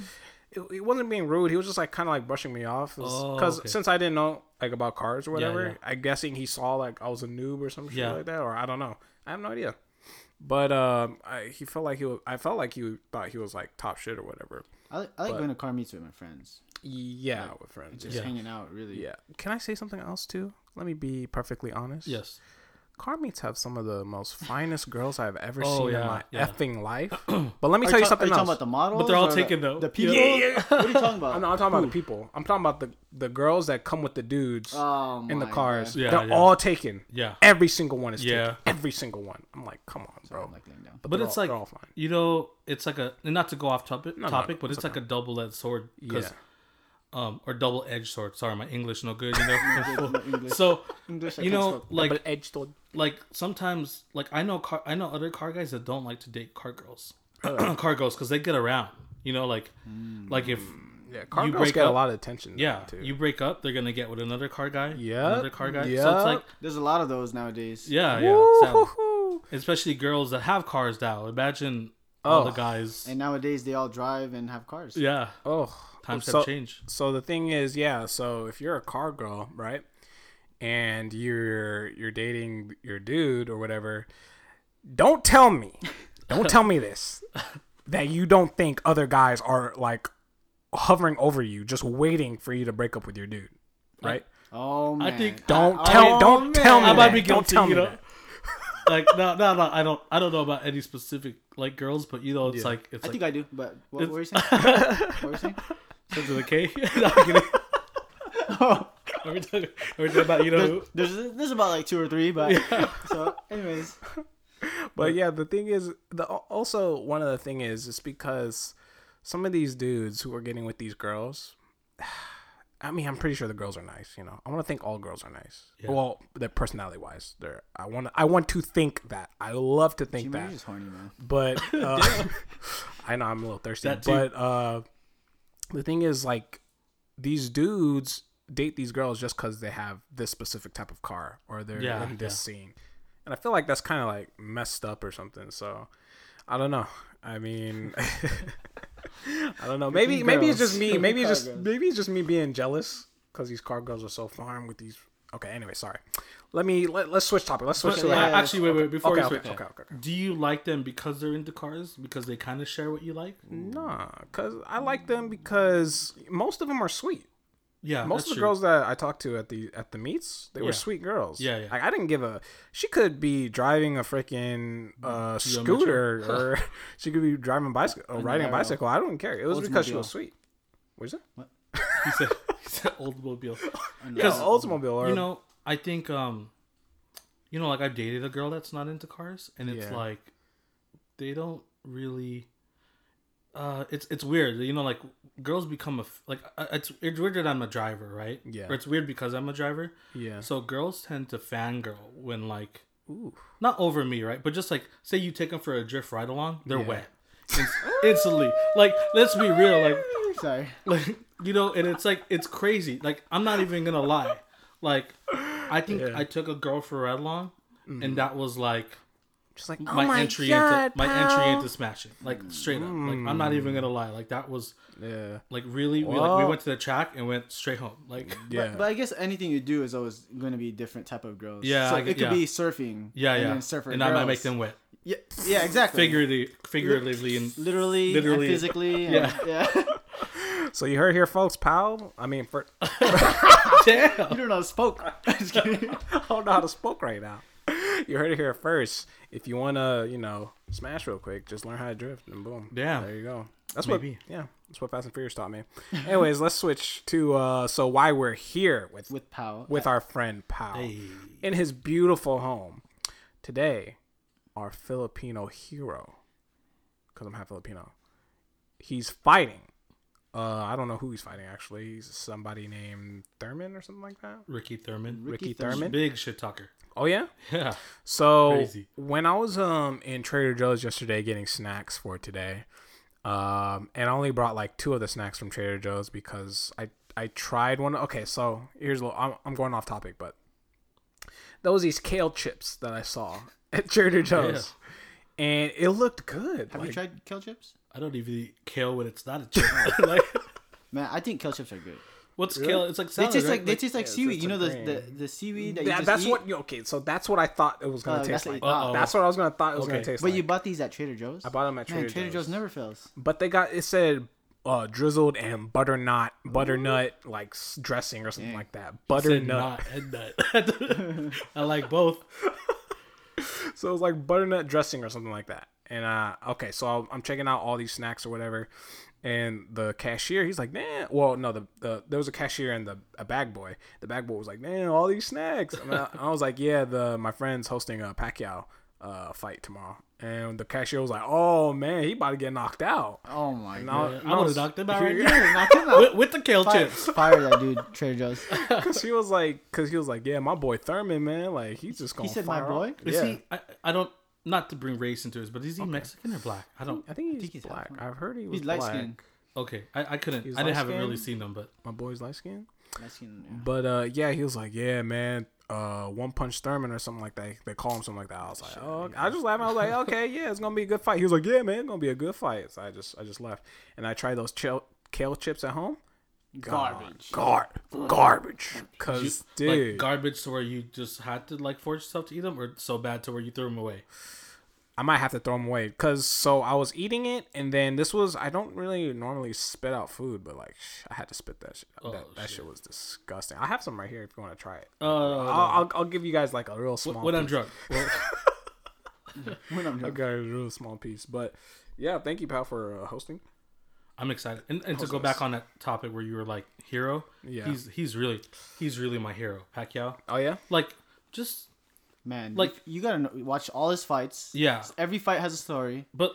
Speaker 2: it, it wasn't being rude. He was just like kind of like brushing me off
Speaker 3: Oh,
Speaker 2: because
Speaker 3: okay.
Speaker 2: since I didn't know like about cars or
Speaker 3: Yeah,
Speaker 2: whatever,
Speaker 3: yeah.
Speaker 2: I'm guessing he saw like I was a noob or some shit
Speaker 3: Yeah.
Speaker 2: like that, or I don't know. I have no idea. But um, I, he felt like he was. I felt like he thought he was like top shit or whatever.
Speaker 1: I, li- I like going to car meets with my friends,
Speaker 2: Yeah, with friends.
Speaker 1: just
Speaker 3: Yeah.
Speaker 1: hanging out. Really.
Speaker 2: Yeah. Can I say something else too? Let me be perfectly honest.
Speaker 3: Yes.
Speaker 2: Car meets have some of the most finest girls I've ever
Speaker 3: Oh,
Speaker 2: seen in
Speaker 3: yeah,
Speaker 2: my
Speaker 3: yeah.
Speaker 2: effing life. But let me
Speaker 1: Are
Speaker 2: tell you
Speaker 1: ta-
Speaker 2: something
Speaker 1: Are you
Speaker 2: else.
Speaker 1: talking about the model?
Speaker 3: they're all taken, though.
Speaker 1: The
Speaker 3: Yeah.
Speaker 1: people. What are you talking about?
Speaker 2: I'm not I'm talking about the people. I'm talking about the, the girls that come with the dudes
Speaker 1: Oh
Speaker 2: in the
Speaker 1: my
Speaker 2: cars.
Speaker 1: God.
Speaker 3: Yeah,
Speaker 2: They're
Speaker 3: yeah.
Speaker 2: all taken.
Speaker 3: Yeah.
Speaker 2: Every single one is
Speaker 3: Yeah.
Speaker 2: taken. Every single one. I'm like, come on, bro.
Speaker 1: I'm like laying down.
Speaker 3: but
Speaker 2: they're
Speaker 3: it's
Speaker 2: all-
Speaker 3: like
Speaker 2: they're all fine.
Speaker 3: you know, it's like a and not to go off topic,
Speaker 2: no,
Speaker 3: topic,
Speaker 2: no,
Speaker 3: but it's, like a double-edged sword, 'cause,
Speaker 2: Yeah.
Speaker 3: um, or double-edged sword. Sorry, my English no good. You know,
Speaker 1: No English.
Speaker 3: so
Speaker 1: English, I
Speaker 3: you
Speaker 1: can't
Speaker 3: know,
Speaker 1: speak.
Speaker 3: like
Speaker 2: but edged on.
Speaker 3: like sometimes, like I know car, I know other car guys that don't like to date car girls, car girls, because they get around. You know, like like if
Speaker 2: Yeah, car
Speaker 3: you
Speaker 2: girls
Speaker 3: break
Speaker 2: get a
Speaker 3: up-
Speaker 2: lot of attention. though,
Speaker 3: yeah,
Speaker 2: Mm, too.
Speaker 3: you break up, they're gonna get with another car guy,
Speaker 2: Yep.
Speaker 3: another car guy. So it's like
Speaker 2: Yep.
Speaker 1: There's a lot of those nowadays.
Speaker 3: yeah, yeah, sadly.
Speaker 2: Woo-hoo-hoo.
Speaker 3: especially girls that have cars now. Imagine all the
Speaker 2: Oh.
Speaker 3: guys.
Speaker 1: And nowadays they all drive and have cars.
Speaker 3: yeah,
Speaker 2: Oh,
Speaker 3: times
Speaker 2: so,
Speaker 3: have changed.
Speaker 2: So the thing is, yeah. So if you're a car girl, right, and you're you're dating your dude or whatever, don't tell me, don't tell me this, that you don't think other guys are like hovering over you, just waiting for you to break up with your dude, right?
Speaker 1: Oh man.
Speaker 3: think-
Speaker 2: Don't
Speaker 1: I-
Speaker 2: tell,
Speaker 1: oh,
Speaker 2: don't
Speaker 1: man.
Speaker 2: tell me,
Speaker 3: I might
Speaker 2: that.
Speaker 3: be
Speaker 2: don't
Speaker 3: guilty,
Speaker 2: tell
Speaker 3: you
Speaker 2: me
Speaker 3: know?
Speaker 2: that.
Speaker 3: like no, no, no. I don't. I don't know about any specific like girls, but you know, it's like it's
Speaker 1: I
Speaker 3: like
Speaker 1: think I do, but what were you saying? what were you saying?
Speaker 3: Sons of the K. No, I'm kidding.
Speaker 2: Oh,
Speaker 3: are we talking? Are we talking about you know?
Speaker 1: There's, there's there's about like two or three, but so anyways,
Speaker 2: But yeah, the thing is, the also one of the thing is, it's because some of these dudes who are getting with these girls. I mean, I'm pretty sure the girls are nice. You know, I want to think all girls are nice. Well, they're personality wise. They're I want to, I want to think that. I love to think
Speaker 1: you
Speaker 2: that.
Speaker 1: just horny man.
Speaker 2: But uh, I know I'm a little thirsty.
Speaker 3: That too.
Speaker 2: but uh, the thing is, like, these dudes date these girls just because they have this specific type of car or they're
Speaker 3: Yeah,
Speaker 2: in this scene, and I feel like that's kind of like messed up or something. So I don't know. I mean. I don't know. Maybe maybe it's just me.
Speaker 1: girls.
Speaker 2: Maybe it's
Speaker 1: Car
Speaker 2: just
Speaker 1: girls.
Speaker 2: maybe it's just me being jealous because these car girls are so fine with these. Okay. Anyway, sorry. Let me let, let's switch topic. Let's switch
Speaker 3: But,
Speaker 2: to
Speaker 3: uh,
Speaker 2: like
Speaker 1: yeah,
Speaker 3: actually, wait, wait. Before
Speaker 2: okay,
Speaker 3: you
Speaker 2: okay,
Speaker 3: switch,
Speaker 2: okay, okay, okay.
Speaker 3: do you like them because they're into cars? Because they kind of share what you like?
Speaker 2: Nah, cause I like them because most of them are sweet.
Speaker 3: Yeah,
Speaker 2: Most
Speaker 3: that's
Speaker 2: of the
Speaker 3: true.
Speaker 2: girls that I talked to at the at the meets, they
Speaker 3: Yeah.
Speaker 2: were sweet girls.
Speaker 3: Yeah, yeah.
Speaker 2: Like I didn't give a. She could be driving a freaking uh, scooter, or she could be driving bicycle, or riding a
Speaker 1: arrow.
Speaker 2: bicycle. I don't care. It was because she
Speaker 1: Oldsmobile.
Speaker 2: was sweet. What's that?
Speaker 3: He said, he said Oldsmobile.
Speaker 2: Yeah, Oldsmobile. Or,
Speaker 3: you know, I think um, you know, like I've dated a girl that's not into cars, and it's
Speaker 2: Yeah.
Speaker 3: like they don't really. Uh, it's it's weird, you know. Like girls become a f- like uh, it's it's weird that I'm a driver, right?
Speaker 2: Yeah.
Speaker 3: Or it's weird because I'm a driver.
Speaker 2: Yeah.
Speaker 3: So girls tend to fangirl when like
Speaker 2: Ooh.
Speaker 3: not over me, right? But just like say you take them for a drift ride along, they're
Speaker 2: Yeah.
Speaker 3: wet. Inst- instantly. Like, let's be real. Like,
Speaker 1: Sorry.
Speaker 3: like you know and it's like it's crazy like i'm not even gonna lie like i think i took a girl for red long
Speaker 1: Mm-hmm.
Speaker 3: and that was like
Speaker 2: Just like
Speaker 3: my, entry into my entry into smashing like straight up like i'm not
Speaker 1: Mm.
Speaker 3: even gonna lie like that was
Speaker 2: yeah,
Speaker 3: like really we, like, we
Speaker 2: Well-
Speaker 3: went to the track and went straight home like
Speaker 2: yeah.
Speaker 1: But I guess anything you do is always going to be different type of girls.
Speaker 3: Yeah,
Speaker 1: So
Speaker 3: I
Speaker 1: it
Speaker 3: get-
Speaker 1: could
Speaker 3: yeah.
Speaker 1: be surfing.
Speaker 3: yeah
Speaker 1: And
Speaker 3: yeah
Speaker 1: then surfer
Speaker 3: and i might make
Speaker 1: girls.
Speaker 3: them wet
Speaker 1: Yeah, yeah, exactly.
Speaker 3: figuratively figuratively and
Speaker 1: Literally,
Speaker 3: Literally.
Speaker 1: literally, and physically. And,
Speaker 3: Yeah.
Speaker 1: yeah.
Speaker 2: So you heard here, folks, pal. I mean, for I
Speaker 1: you
Speaker 3: damn
Speaker 1: don't know how to spoke. Just kidding.
Speaker 2: don't know how to spoke right now. You heard it here first. If you wanna, you know, smash real quick, just learn how to drift, and boom.
Speaker 3: Damn.
Speaker 2: There you go. That's
Speaker 3: Maybe.
Speaker 2: what. Yeah, that's what Fast and Furious taught me. Anyways, let's switch to uh, so why we're here with
Speaker 1: With Pow.
Speaker 2: with our friend Pal in his beautiful home. Today, our Filipino hero, because I'm half Filipino, he's fighting. Uh, I don't know who he's fighting actually. He's somebody named Thurman or something like that.
Speaker 3: ricky thurman
Speaker 2: Ricky,
Speaker 1: Ricky
Speaker 2: Thurman.
Speaker 3: big shit talker
Speaker 2: Oh yeah.
Speaker 3: yeah
Speaker 2: So
Speaker 3: Crazy.
Speaker 2: when I was um in Trader Joe's yesterday getting snacks for today, um and I only brought like two of the snacks from Trader Joe's because I I tried one. Okay, so here's a little. I'm, I'm going off topic, but there was these kale chips that I saw at Trader Joe's, and it looked good.
Speaker 1: Have
Speaker 2: like,
Speaker 1: you tried kale chips?
Speaker 3: i don't even eat kale when it's not a chip like
Speaker 1: Man, I think kale chips are good.
Speaker 3: what's kale it's like
Speaker 1: They
Speaker 3: salad,
Speaker 1: taste
Speaker 3: right?
Speaker 1: like they taste like
Speaker 2: it's-
Speaker 1: seaweed.
Speaker 2: it's
Speaker 1: You know
Speaker 2: a
Speaker 1: the,
Speaker 2: grain.
Speaker 1: the the seaweed that you
Speaker 2: That-
Speaker 1: just
Speaker 2: that's
Speaker 1: eat?
Speaker 2: what. Okay, so that's what I thought it was gonna
Speaker 1: Uh,
Speaker 2: taste
Speaker 1: that's
Speaker 2: like.
Speaker 1: what you thought.
Speaker 2: That's what I was gonna thought it was gonna taste
Speaker 1: But
Speaker 2: like.
Speaker 1: you bought these at Trader Joe's?
Speaker 2: I bought them at Trader,
Speaker 1: Man, Trader
Speaker 2: Joe's
Speaker 1: Joe's never fails.
Speaker 2: but they got it said uh, drizzled and butternut butternut like s- dressing or something like that
Speaker 3: Said
Speaker 2: butternut
Speaker 3: not and nut. I like both.
Speaker 2: so it was like butternut dressing or something like that and uh okay so I'll, i'm checking out all these snacks or whatever and the cashier he's like man well no the, the there was a cashier and the a bag boy the bag boy was like man all these snacks and I, I was like yeah the my friend's hosting a pacquiao uh fight tomorrow and the cashier was like oh man he about to get knocked out
Speaker 1: Oh my
Speaker 2: And I-
Speaker 1: god.
Speaker 2: and
Speaker 3: I would have
Speaker 2: was-
Speaker 3: knocked him out right
Speaker 2: Yeah.
Speaker 3: there
Speaker 1: Knock him out.
Speaker 3: with, with the kale
Speaker 1: Fire,
Speaker 3: chips.
Speaker 1: fire that dude, Trader Joe's.
Speaker 2: Cause he was like, cause he was like, yeah, my boy Thurman, man, like he's just gonna.
Speaker 1: said, "My
Speaker 2: fire
Speaker 1: boy?"
Speaker 2: up."
Speaker 3: Is
Speaker 2: yeah.
Speaker 3: he? I, I don't. Not to bring race into this, but is he Mexican or black? I don't.
Speaker 2: I think he's,
Speaker 1: think he's
Speaker 2: black.
Speaker 1: half
Speaker 2: I've heard he was
Speaker 1: He's
Speaker 2: black.
Speaker 1: light skinned.
Speaker 3: Okay, I, I couldn't.
Speaker 2: He's
Speaker 3: I didn't haven't
Speaker 2: light-skinned?
Speaker 3: really seen him, but
Speaker 2: My boy's light skinned.
Speaker 1: Light skinned.
Speaker 2: But uh, yeah, he was like, yeah, man, uh, one punch Thurman or something like that. They call him something like that. I was like, oh, okay. I just laughed. I was like, okay, yeah, it's gonna be a good fight. He was like, yeah, man, it's gonna be a good fight. So I just, I just left, and I tried those chil- kale chips at home.
Speaker 1: Garbage.
Speaker 2: Gar- garbage. Cause
Speaker 3: you, like,
Speaker 2: dude,
Speaker 3: garbage to where you just had to like force yourself to eat them, or so bad to where you threw them away.
Speaker 2: I might have to throw them away because so I was eating it and then this was I don't really normally spit out food, but like sh- I had to spit that shit.
Speaker 3: Oh,
Speaker 2: out. that, that shit. was disgusting. I have some right here if you want to try it.
Speaker 3: Uh,
Speaker 2: I'll, I'll I'll give you guys like a real small.
Speaker 3: when I'm
Speaker 2: piece.
Speaker 3: drunk. Well,
Speaker 1: When I'm
Speaker 2: I'll give you a real small piece, but yeah, thank you, pal, for uh, hosting.
Speaker 3: I'm excited, and, and to go back on that topic where you were like hero.
Speaker 2: Yeah.
Speaker 3: He's he's really he's really my hero, Pacquiao.
Speaker 2: Oh yeah,
Speaker 3: Like just
Speaker 1: Man,
Speaker 3: Like-
Speaker 1: like you gotta know, watch all his fights.
Speaker 3: Yeah.
Speaker 1: every fight has a story.
Speaker 3: But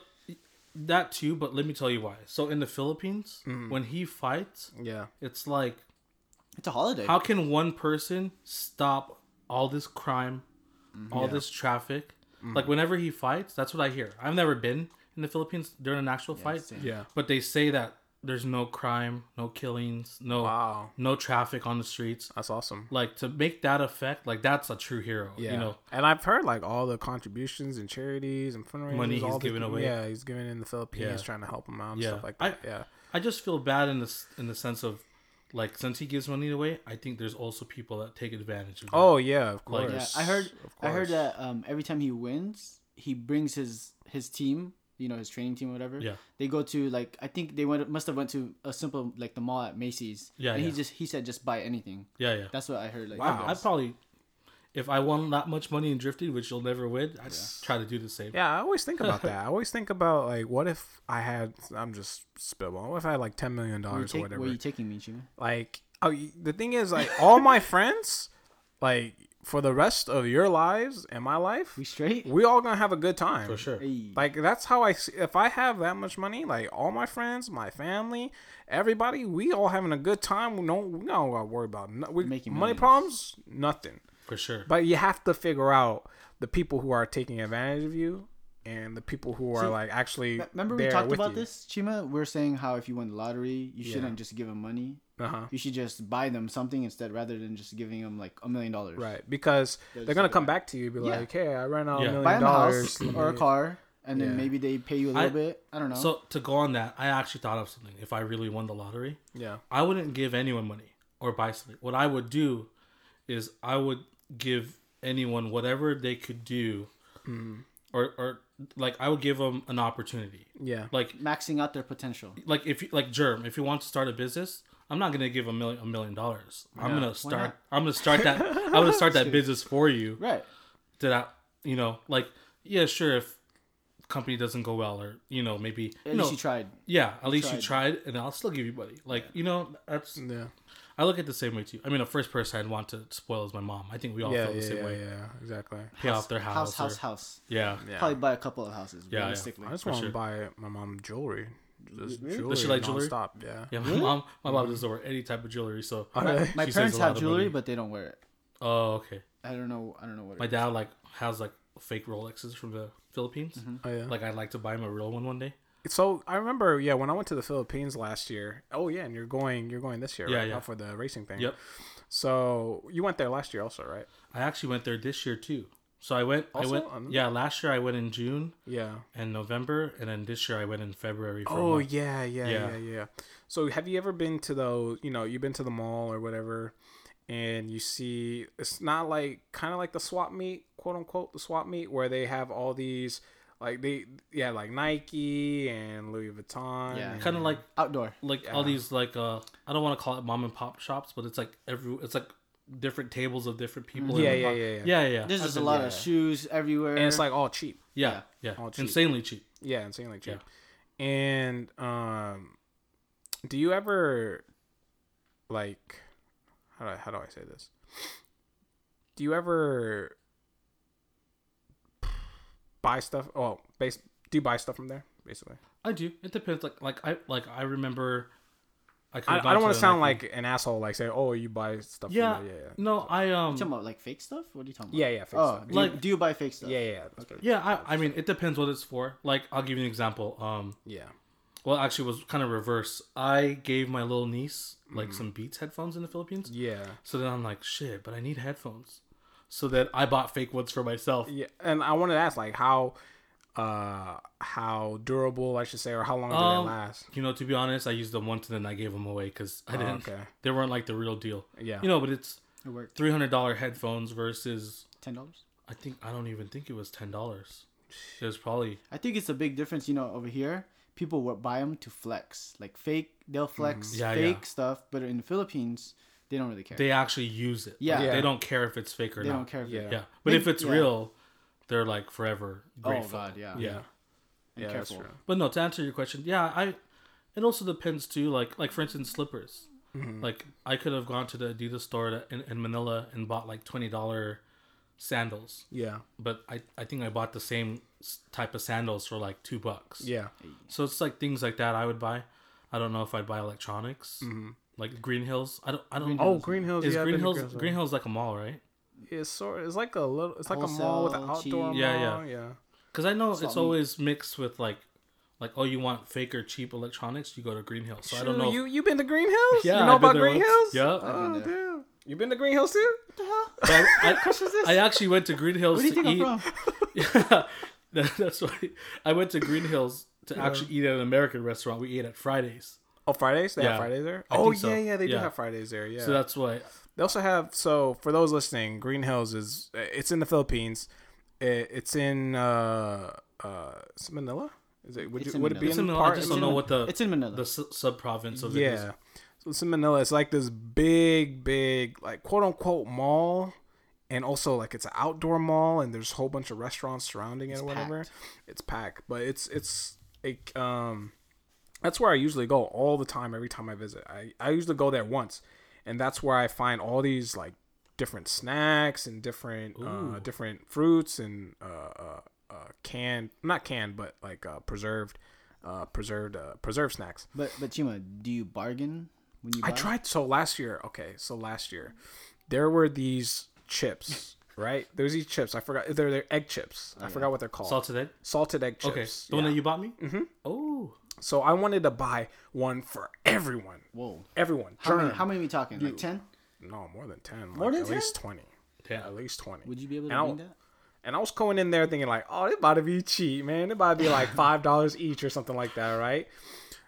Speaker 3: that too, but let me tell you why. So in the Philippines,
Speaker 2: Mm-hmm.
Speaker 3: when he fights,
Speaker 2: yeah,
Speaker 3: it's like
Speaker 1: It's a holiday.
Speaker 3: how can one person stop all this crime,
Speaker 2: Mm-hmm.
Speaker 3: all this traffic? Like whenever he fights, that's what I hear. I've never been in the Philippines during an actual fight.
Speaker 1: same.
Speaker 2: Yeah.
Speaker 3: But they say that there's no crime, no killings, no
Speaker 2: Wow.
Speaker 3: no traffic on the streets.
Speaker 2: that's awesome.
Speaker 3: Like to make that effect, like that's a true hero.
Speaker 2: Yeah,
Speaker 3: You know,
Speaker 2: and I've heard like all the contributions and charities and fundraisers,
Speaker 3: Money he's
Speaker 2: all the-
Speaker 3: giving away.
Speaker 2: Yeah, he's giving in the Philippines,
Speaker 3: Yeah.
Speaker 2: trying to help him out, and
Speaker 3: Yeah.
Speaker 2: stuff like
Speaker 3: I-
Speaker 2: that. yeah,
Speaker 3: I just feel bad in this in the sense of like since he gives money away, I think there's also people that take advantage of. that.
Speaker 2: oh yeah, of course.
Speaker 3: Like-
Speaker 1: yeah, I heard.
Speaker 2: Of
Speaker 1: I heard
Speaker 2: course.
Speaker 1: that um, every time he wins, he brings his his team. You know, his training team, or whatever.
Speaker 3: Yeah.
Speaker 1: They go to like I think they went must have went to a simple like the mall at Macy's.
Speaker 3: Yeah,
Speaker 1: And he
Speaker 3: yeah.
Speaker 1: just he said just buy anything.
Speaker 3: yeah, yeah.
Speaker 1: That's what I heard. Like
Speaker 2: Wow.
Speaker 3: I probably, if I won that much money in drifting, which you'll never win, I just try to do the same.
Speaker 2: Yeah, I always think about that. I always think about like, what if I had? I'm just spitballing. What if I had like ten million
Speaker 1: where you
Speaker 2: dollars or
Speaker 1: take, where
Speaker 2: whatever?
Speaker 1: you taking me, Chima?
Speaker 2: Like, oh, you- the thing is, like, all my friends, like, for the rest of your lives and my life,
Speaker 1: We straight?
Speaker 2: we all gonna have a good time
Speaker 3: for sure.
Speaker 1: Hey.
Speaker 2: Like, that's how I. see- If I have that much money, like, all my friends, my family, everybody, we all having a good time. We don't, we don't gotta worry about no, we,
Speaker 1: Making
Speaker 2: money
Speaker 1: millions.
Speaker 2: problems, nothing.
Speaker 3: For sure.
Speaker 2: But you have to figure out the people who are taking advantage of you and the people who are like actually
Speaker 1: Remember we
Speaker 2: there
Speaker 1: talked
Speaker 2: with
Speaker 1: about
Speaker 2: you.
Speaker 1: this, Chima? We are saying how if you win the lottery, you shouldn't just give them money.
Speaker 2: Uh-huh.
Speaker 1: You should just buy them something instead, rather than just giving them like a million dollars.
Speaker 2: Right, because they're gonna
Speaker 1: like,
Speaker 2: come back to you, and be like, "Hey, I ran out
Speaker 3: Yeah.
Speaker 2: a million
Speaker 1: Buy them a
Speaker 2: dollars."
Speaker 1: house or a car, and then maybe they pay you a little
Speaker 3: I-
Speaker 1: bit. I don't know.
Speaker 3: So to go on that, I actually thought of something. If I really won the lottery,
Speaker 2: Yeah,
Speaker 3: I wouldn't give anyone money or buy something. What I would do is I would give anyone whatever they could do, or or like I would give them an opportunity.
Speaker 2: yeah,
Speaker 3: Like
Speaker 1: maxing out their potential.
Speaker 3: like if you like germ if you want to start a business i'm not gonna give a million a million dollars i'm gonna start
Speaker 1: not?
Speaker 3: i'm gonna start that i'm gonna start that business for you
Speaker 1: Right.
Speaker 3: to that you know like yeah sure if company doesn't go well or you know maybe
Speaker 1: At
Speaker 3: you know,
Speaker 1: least you tried.
Speaker 3: yeah at least you tried and i'll still give you money like you know that's
Speaker 2: yeah,
Speaker 3: i look at the same way too i mean the first person i'd want to spoil is my mom i think we all
Speaker 2: yeah, yeah,
Speaker 3: feel the same
Speaker 2: yeah,
Speaker 3: way
Speaker 2: yeah, exactly.
Speaker 3: pay off their house,
Speaker 1: House, house,
Speaker 3: or,
Speaker 1: house.
Speaker 3: yeah
Speaker 2: Yeah.
Speaker 1: Probably buy a couple of houses.
Speaker 3: yeah.
Speaker 1: realistically.
Speaker 2: I just
Speaker 3: For
Speaker 2: want to
Speaker 3: sure.
Speaker 2: buy my mom jewelry. Just
Speaker 1: Mm-hmm.
Speaker 2: jewelry
Speaker 3: Does she like jewelry?
Speaker 2: nonstop, Yeah.
Speaker 3: yeah, my mom, my mom doesn't wear any type of jewelry. So
Speaker 2: really?
Speaker 1: My
Speaker 3: she saves
Speaker 1: parents
Speaker 3: a lot
Speaker 1: have
Speaker 3: of
Speaker 1: jewelry,
Speaker 3: money.
Speaker 1: but they don't wear it.
Speaker 3: oh, okay.
Speaker 1: I don't know. I don't know what.
Speaker 3: My
Speaker 1: It,
Speaker 3: dad like has like fake Rolexes from the Philippines.
Speaker 2: Oh, yeah.
Speaker 3: Like I'd like to buy him a real one one day.
Speaker 2: So I remember, yeah, when I went to the Philippines last year. Oh yeah, and you're going, you're going this year,
Speaker 3: Yeah,
Speaker 2: right?
Speaker 3: yeah.
Speaker 2: Not for the racing thing.
Speaker 3: Yep.
Speaker 2: So you went there last year, also, right?
Speaker 3: I actually went there this year too. So I went.
Speaker 2: Also?
Speaker 3: I went.
Speaker 2: Um,
Speaker 3: yeah, last year I went in June
Speaker 2: Yeah.
Speaker 3: and November, and then this year I went in February. For
Speaker 2: Oh
Speaker 3: oh, yeah.
Speaker 2: yeah, yeah, yeah,
Speaker 3: Yeah.
Speaker 2: yeah, So have you ever been to those? You know, you've been to the mall or whatever, and you see it's not like kind of like the swap meet, quote unquote, the swap meet where they have all these like they yeah like Nike and Louis Vuitton.
Speaker 1: Yeah.
Speaker 2: and-
Speaker 3: kind of like
Speaker 1: outdoor.
Speaker 3: like all these like uh I don't want to call it mom and pop shops, but it's like every it's like different tables of different people. in
Speaker 2: Mm-hmm. Yeah,
Speaker 3: the
Speaker 2: yeah,
Speaker 3: pop-
Speaker 2: yeah, yeah.
Speaker 3: yeah, yeah.
Speaker 1: There's
Speaker 3: I've
Speaker 1: just a
Speaker 3: been-
Speaker 1: lot of shoes everywhere.
Speaker 2: and it's like all cheap.
Speaker 3: yeah, yeah,
Speaker 2: cheap.
Speaker 3: insanely cheap.
Speaker 2: Yeah, insanely cheap. And um, do you ever like how do I, how do I say this? Do you ever buy stuff? Oh, base. Do you buy stuff from there? Basically,
Speaker 3: I do. It depends. Like like I like I remember. could've
Speaker 2: I, I
Speaker 3: gone
Speaker 2: don't want
Speaker 3: the
Speaker 2: to sound
Speaker 3: Nike-
Speaker 2: like an asshole. Like say, oh, you buy stuff.
Speaker 3: Yeah.
Speaker 2: From there. yeah, yeah,
Speaker 3: No, I um.
Speaker 1: You talking about like fake stuff? What are you talking about?
Speaker 2: yeah, yeah. Fake
Speaker 1: Oh,
Speaker 2: stuff.
Speaker 1: do you,
Speaker 3: Like-
Speaker 1: do you buy fake stuff?
Speaker 2: yeah, yeah, yeah. that's good.
Speaker 3: Yeah, I, I mean, it depends what it's for. Like, I'll give you an example. Um,
Speaker 2: Yeah.
Speaker 3: well, actually, it was kind of reverse. I gave my little niece like
Speaker 2: Mm.
Speaker 3: some Beats headphones in the Philippines.
Speaker 2: Yeah.
Speaker 3: So then I'm like, shit, but I need headphones. So then I bought fake ones for myself.
Speaker 2: Yeah, and I wanted to ask like how, uh, how durable I should say, or how long do
Speaker 3: Um,
Speaker 2: they last?
Speaker 3: You know, to be honest, I used them once and then I gave them away because I didn't.
Speaker 2: Oh, okay.
Speaker 3: They weren't like the real deal.
Speaker 2: Yeah.
Speaker 3: You know, but it's
Speaker 1: It worked.
Speaker 3: three hundred dollar headphones versus
Speaker 1: Ten dollars.
Speaker 3: I think I don't even think it was ten dollars. It was probably
Speaker 1: I think it's a big difference, you know, over here. People will buy them to flex, like fake. They'll flex
Speaker 3: Mm-hmm. Yeah,
Speaker 1: fake
Speaker 3: yeah.
Speaker 1: stuff, but in the Philippines, they don't really care. They,
Speaker 3: they actually use it.
Speaker 1: Yeah.
Speaker 3: Like,
Speaker 2: Yeah.
Speaker 3: They don't care if it's fake or not.
Speaker 1: don't care. If
Speaker 2: Yeah.
Speaker 1: yeah.
Speaker 3: Yeah, but if it's
Speaker 1: yeah.
Speaker 3: real, they're like forever
Speaker 1: Oh
Speaker 3: grateful.
Speaker 1: God, yeah.
Speaker 3: Yeah,
Speaker 1: And
Speaker 2: Yeah, that's
Speaker 1: careful.
Speaker 2: true.
Speaker 3: but no. To answer your question, yeah, I. It also depends too. Like, like for instance, slippers.
Speaker 2: Mm-hmm.
Speaker 3: Like I could have gone to the Adidas store to, in, in Manila and bought like twenty dollar sandals,
Speaker 2: Yeah,
Speaker 3: but I I think I bought the same s- type of sandals for like two bucks.
Speaker 2: yeah,
Speaker 3: So it's like things like that I would buy. I don't know if I'd buy electronics. Like Green Hills, I don't. I don't.
Speaker 2: Oh, Mm-hmm. Green Hills,
Speaker 3: Is
Speaker 2: yeah, I've
Speaker 3: Green
Speaker 2: been to
Speaker 3: Hills
Speaker 2: Green Hills.
Speaker 3: Green Hills like a mall, right?
Speaker 2: It's sort. It's like a little. It's like a mall with an
Speaker 1: Wholesale,
Speaker 2: outdoor
Speaker 1: cheap.
Speaker 3: Yeah,
Speaker 2: mall. Yeah, yeah.
Speaker 3: Because I know it's
Speaker 1: Something.
Speaker 3: always mixed with like, like oh, you want fake or cheap electronics? You go to Green Hill. So I don't
Speaker 2: Shoot,
Speaker 3: know. if-
Speaker 2: You you been to Green Hills?
Speaker 3: Yeah,
Speaker 2: you know
Speaker 3: I've been
Speaker 2: about
Speaker 3: there
Speaker 2: Green
Speaker 3: once.
Speaker 2: Hills?
Speaker 3: Yeah.
Speaker 2: Oh,
Speaker 1: been
Speaker 2: damn. You been to Green Hills too?
Speaker 3: But I, I actually went to Green Hills
Speaker 1: Where do you
Speaker 3: to
Speaker 1: think
Speaker 3: eat.
Speaker 1: I'm from?
Speaker 3: Yeah, That- that's why I went to Green Hills to actually eat at an American restaurant. We ate at Fridays,
Speaker 2: Oh, Fridays. They have
Speaker 3: Yeah.
Speaker 2: Fridays there.
Speaker 3: I
Speaker 2: oh
Speaker 3: think so.
Speaker 2: yeah, yeah. They do
Speaker 3: Yeah.
Speaker 2: have Fridays there. Yeah.
Speaker 3: so that's why.
Speaker 2: They also have so for those listening, Green Hills is it's in the Philippines. It, it's in uh uh it's Manila. Is it would,
Speaker 1: It's
Speaker 2: you,
Speaker 1: in
Speaker 2: would it
Speaker 1: Manila.
Speaker 2: be
Speaker 3: It's
Speaker 2: in
Speaker 3: in Manila,
Speaker 2: part
Speaker 3: I just
Speaker 2: in
Speaker 3: don't know
Speaker 2: Manila?
Speaker 3: what the
Speaker 1: It's in Manila.
Speaker 3: the sub province of it is.
Speaker 2: Yeah. So it's in Manila. It's like this big, big, like quote unquote mall. And also like it's an outdoor mall and there's a whole bunch of restaurants surrounding it or whatever.
Speaker 1: packed.
Speaker 2: It's packed. But it's it's like um that's where I usually go all the time every time I visit. I, I usually go there once and that's where I find all these like different snacks and different uh, different fruits and uh, uh, uh, canned not canned but like uh, preserved uh, preserved uh, preserved snacks.
Speaker 1: But but Chima, do you bargain when you buy?
Speaker 2: I tried so last year. Okay, so last year there were these chips right? There's these chips. I forgot. They're, they're egg chips. I forgot what they're called.
Speaker 3: Salted egg.
Speaker 2: Salted egg
Speaker 3: Okay,
Speaker 2: chips.
Speaker 3: the one that you bought me. Mm-hmm. Oh,
Speaker 2: So I wanted to buy one for everyone.
Speaker 1: Whoa.
Speaker 2: Everyone.
Speaker 1: How many,
Speaker 2: Germ.
Speaker 1: how many are we talking? Like ten?
Speaker 2: No, more than 10. Like
Speaker 1: More than
Speaker 2: at
Speaker 1: 10?
Speaker 2: least 20.
Speaker 3: yeah.
Speaker 2: At least 20.
Speaker 1: Would you be able to
Speaker 2: And I-
Speaker 1: bring that?
Speaker 2: And I was going in there thinking like, oh, they about to be cheap, man. They about to be like five dollars each or something like that, right?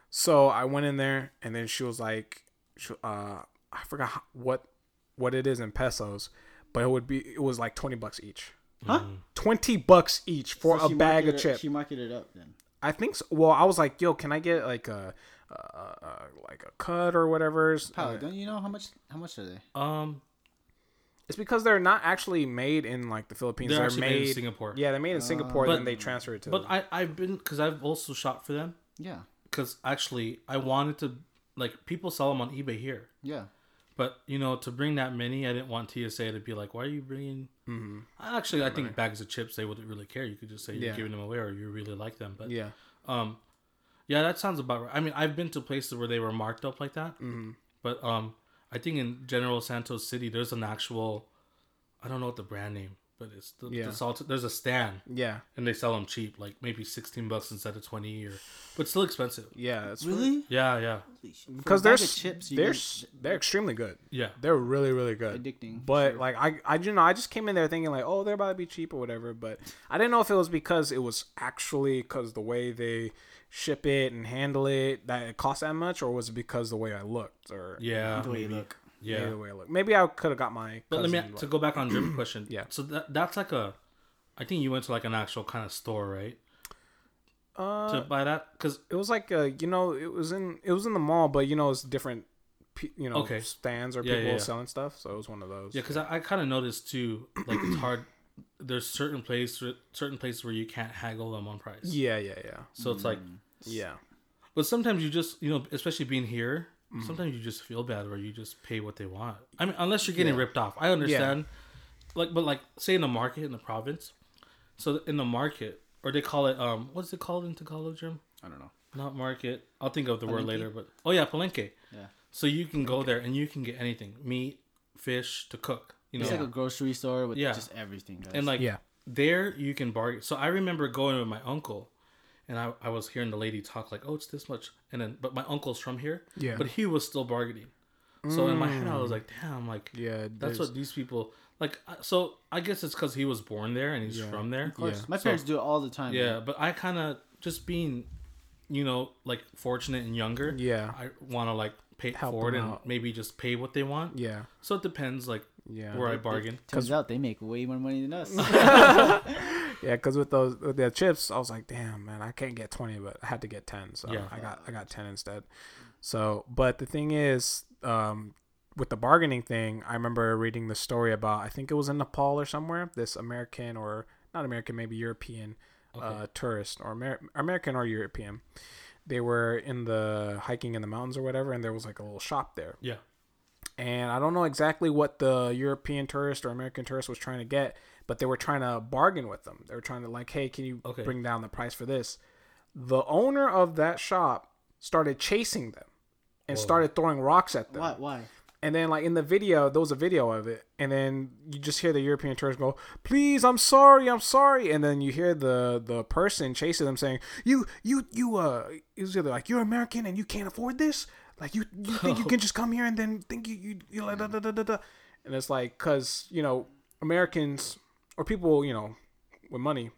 Speaker 2: So I went in there, and then she was like, she, uh, I forgot how- what what it is in pesos, but it would be it was like twenty bucks each.
Speaker 1: Huh?
Speaker 3: Hmm.
Speaker 2: Twenty bucks each for
Speaker 1: So
Speaker 2: a
Speaker 1: she
Speaker 2: bag of
Speaker 1: marketed it-
Speaker 2: chips.
Speaker 1: She marketed it up then.
Speaker 2: I think so. Well, I was like, yo, can I get like a, a, a a- like a cut or whatever?
Speaker 1: Pal, don't you know how much? How much are they?
Speaker 3: Um,
Speaker 2: It's because they're not actually made in like the Philippines.
Speaker 3: They're
Speaker 2: They're,
Speaker 3: actually
Speaker 2: made,
Speaker 3: made in Singapore.
Speaker 2: Yeah, they're made in Singapore,
Speaker 3: But-
Speaker 2: then they transfer it to.
Speaker 3: but I I've been because I've also shot for them
Speaker 1: Yeah,
Speaker 3: because actually I wanted to like people sell them on eBay here,
Speaker 1: yeah.
Speaker 3: but you know to bring that many I didn't want TSA to be like why are you bringing. I Actually, I think bags of chips they wouldn't really care. You could just say you're
Speaker 2: Mm-hmm. Yeah.
Speaker 3: giving them away or you really like them, but
Speaker 2: yeah.
Speaker 3: Um, yeah, that sounds about right. I mean, I've been to places where they were marked up like that, mm-hmm. but um, I think in General Santos City, there's an actual, I don't know what the brand name, but it's the,
Speaker 2: Yeah.
Speaker 3: the salt. There's a stand,
Speaker 2: Yeah,
Speaker 3: and they sell them cheap, like maybe sixteen bucks instead of twenty, or but still expensive.
Speaker 2: yeah. It's
Speaker 1: Really?
Speaker 3: Yeah, yeah,
Speaker 2: because
Speaker 1: For a
Speaker 2: they're
Speaker 1: bag of
Speaker 2: s-
Speaker 1: chips, you
Speaker 2: they're
Speaker 1: can-
Speaker 2: s- they're extremely good.
Speaker 3: yeah.
Speaker 2: They're really really good.
Speaker 1: Addicting,
Speaker 2: But like I I you know I just came in there thinking like oh they're about to be cheap or whatever. But I didn't know if it was because it was actually because the way they ship it and handle it that it cost that much, or was it because the way I looked or
Speaker 3: Yeah,
Speaker 1: The way you look.
Speaker 3: yeah.
Speaker 2: maybe the way I looked. Maybe I could have got my.
Speaker 3: But let me
Speaker 2: cousin,
Speaker 3: to
Speaker 2: like-
Speaker 3: go back on your question.
Speaker 2: Yeah.
Speaker 3: So that that's like a, I think you went to like an actual kind of store, right?
Speaker 2: uh,
Speaker 3: to buy that because
Speaker 2: it was like uh you know it was in it was in the mall, but you know it's different. pe- You know,
Speaker 3: Okay.
Speaker 2: stands or
Speaker 3: Yeah,
Speaker 2: people
Speaker 3: yeah, yeah.
Speaker 2: selling stuff. So it was one of those.
Speaker 3: Yeah, because I, I kind of noticed too. Like it's hard. There's certain place, certain places where you can't haggle them on price.
Speaker 2: yeah, Mm. yeah, yeah,
Speaker 3: So it's like,
Speaker 2: yeah.
Speaker 3: but sometimes you just, you know, especially being here,
Speaker 1: Mm-hmm.
Speaker 3: sometimes you just feel bad where you just pay what they want. I mean, unless you're getting ripped off. I understand. Like, but like, say in the market in the province. So in the market, or they call it um, what's it called in Tagalog, Jim?
Speaker 1: I don't know.
Speaker 3: Not market. I'll think of the word later. But oh yeah, palenque.
Speaker 1: Yeah.
Speaker 3: So you can go there and you can get anything: meat, fish to cook. You know,
Speaker 1: It's like a grocery store with
Speaker 3: Yeah.
Speaker 1: just everything. Guys.
Speaker 3: and like
Speaker 2: Yeah.
Speaker 3: there you can bargain so i remember going with my uncle and I, I was hearing the lady talk like oh it's this much and then but my uncle's from here
Speaker 2: Yeah. Mm.
Speaker 3: but he was still bargaining so in my head i was like damn like
Speaker 2: Yeah,
Speaker 3: that's
Speaker 2: there's-
Speaker 3: what these people like I- so i guess it's because he was born there and he's from there
Speaker 1: Of course. my parents do it all the time.
Speaker 3: yeah but i kind of just being you know like fortunate and younger
Speaker 2: Yeah.
Speaker 3: i want to like pay it
Speaker 2: Help
Speaker 3: forward
Speaker 2: them
Speaker 3: and
Speaker 2: out.
Speaker 3: maybe just pay what they want
Speaker 2: Yeah.
Speaker 3: so it depends like
Speaker 2: Yeah.
Speaker 3: where i
Speaker 2: It-
Speaker 3: bargain
Speaker 1: Turns out they make way more money than us.
Speaker 2: Yeah, because with those with the chips, I was like, damn man, I can't get twenty, but I had to get ten. So
Speaker 3: Yeah.
Speaker 2: I got I got ten instead. So but the thing is, um, with the bargaining thing, I remember reading the story about I think it was in Nepal or somewhere, this American or not American, maybe European uh, tourist or Amer- American or European. They were in the hiking in the mountains or whatever, and there was like a little shop there.
Speaker 3: yeah
Speaker 2: and I don't know exactly what the European tourist or American tourist was trying to get, but they were trying to bargain with them. They were trying to like, hey, can you
Speaker 3: Okay.
Speaker 2: bring down the price for this? The owner of that shop started chasing them and started throwing rocks at them.
Speaker 1: Why? Why?
Speaker 2: And then like in the video, there was a video of it, and then you just hear the European tourist go, "Please, I'm sorry, I'm sorry," and then you hear the the person chasing them saying, "You, you, you, uh, it was either like you're American and you can't afford this, like you, you think you can just come here and then think you, you, you like da da da da da," and it's like, cause you know Americans or people you know with money,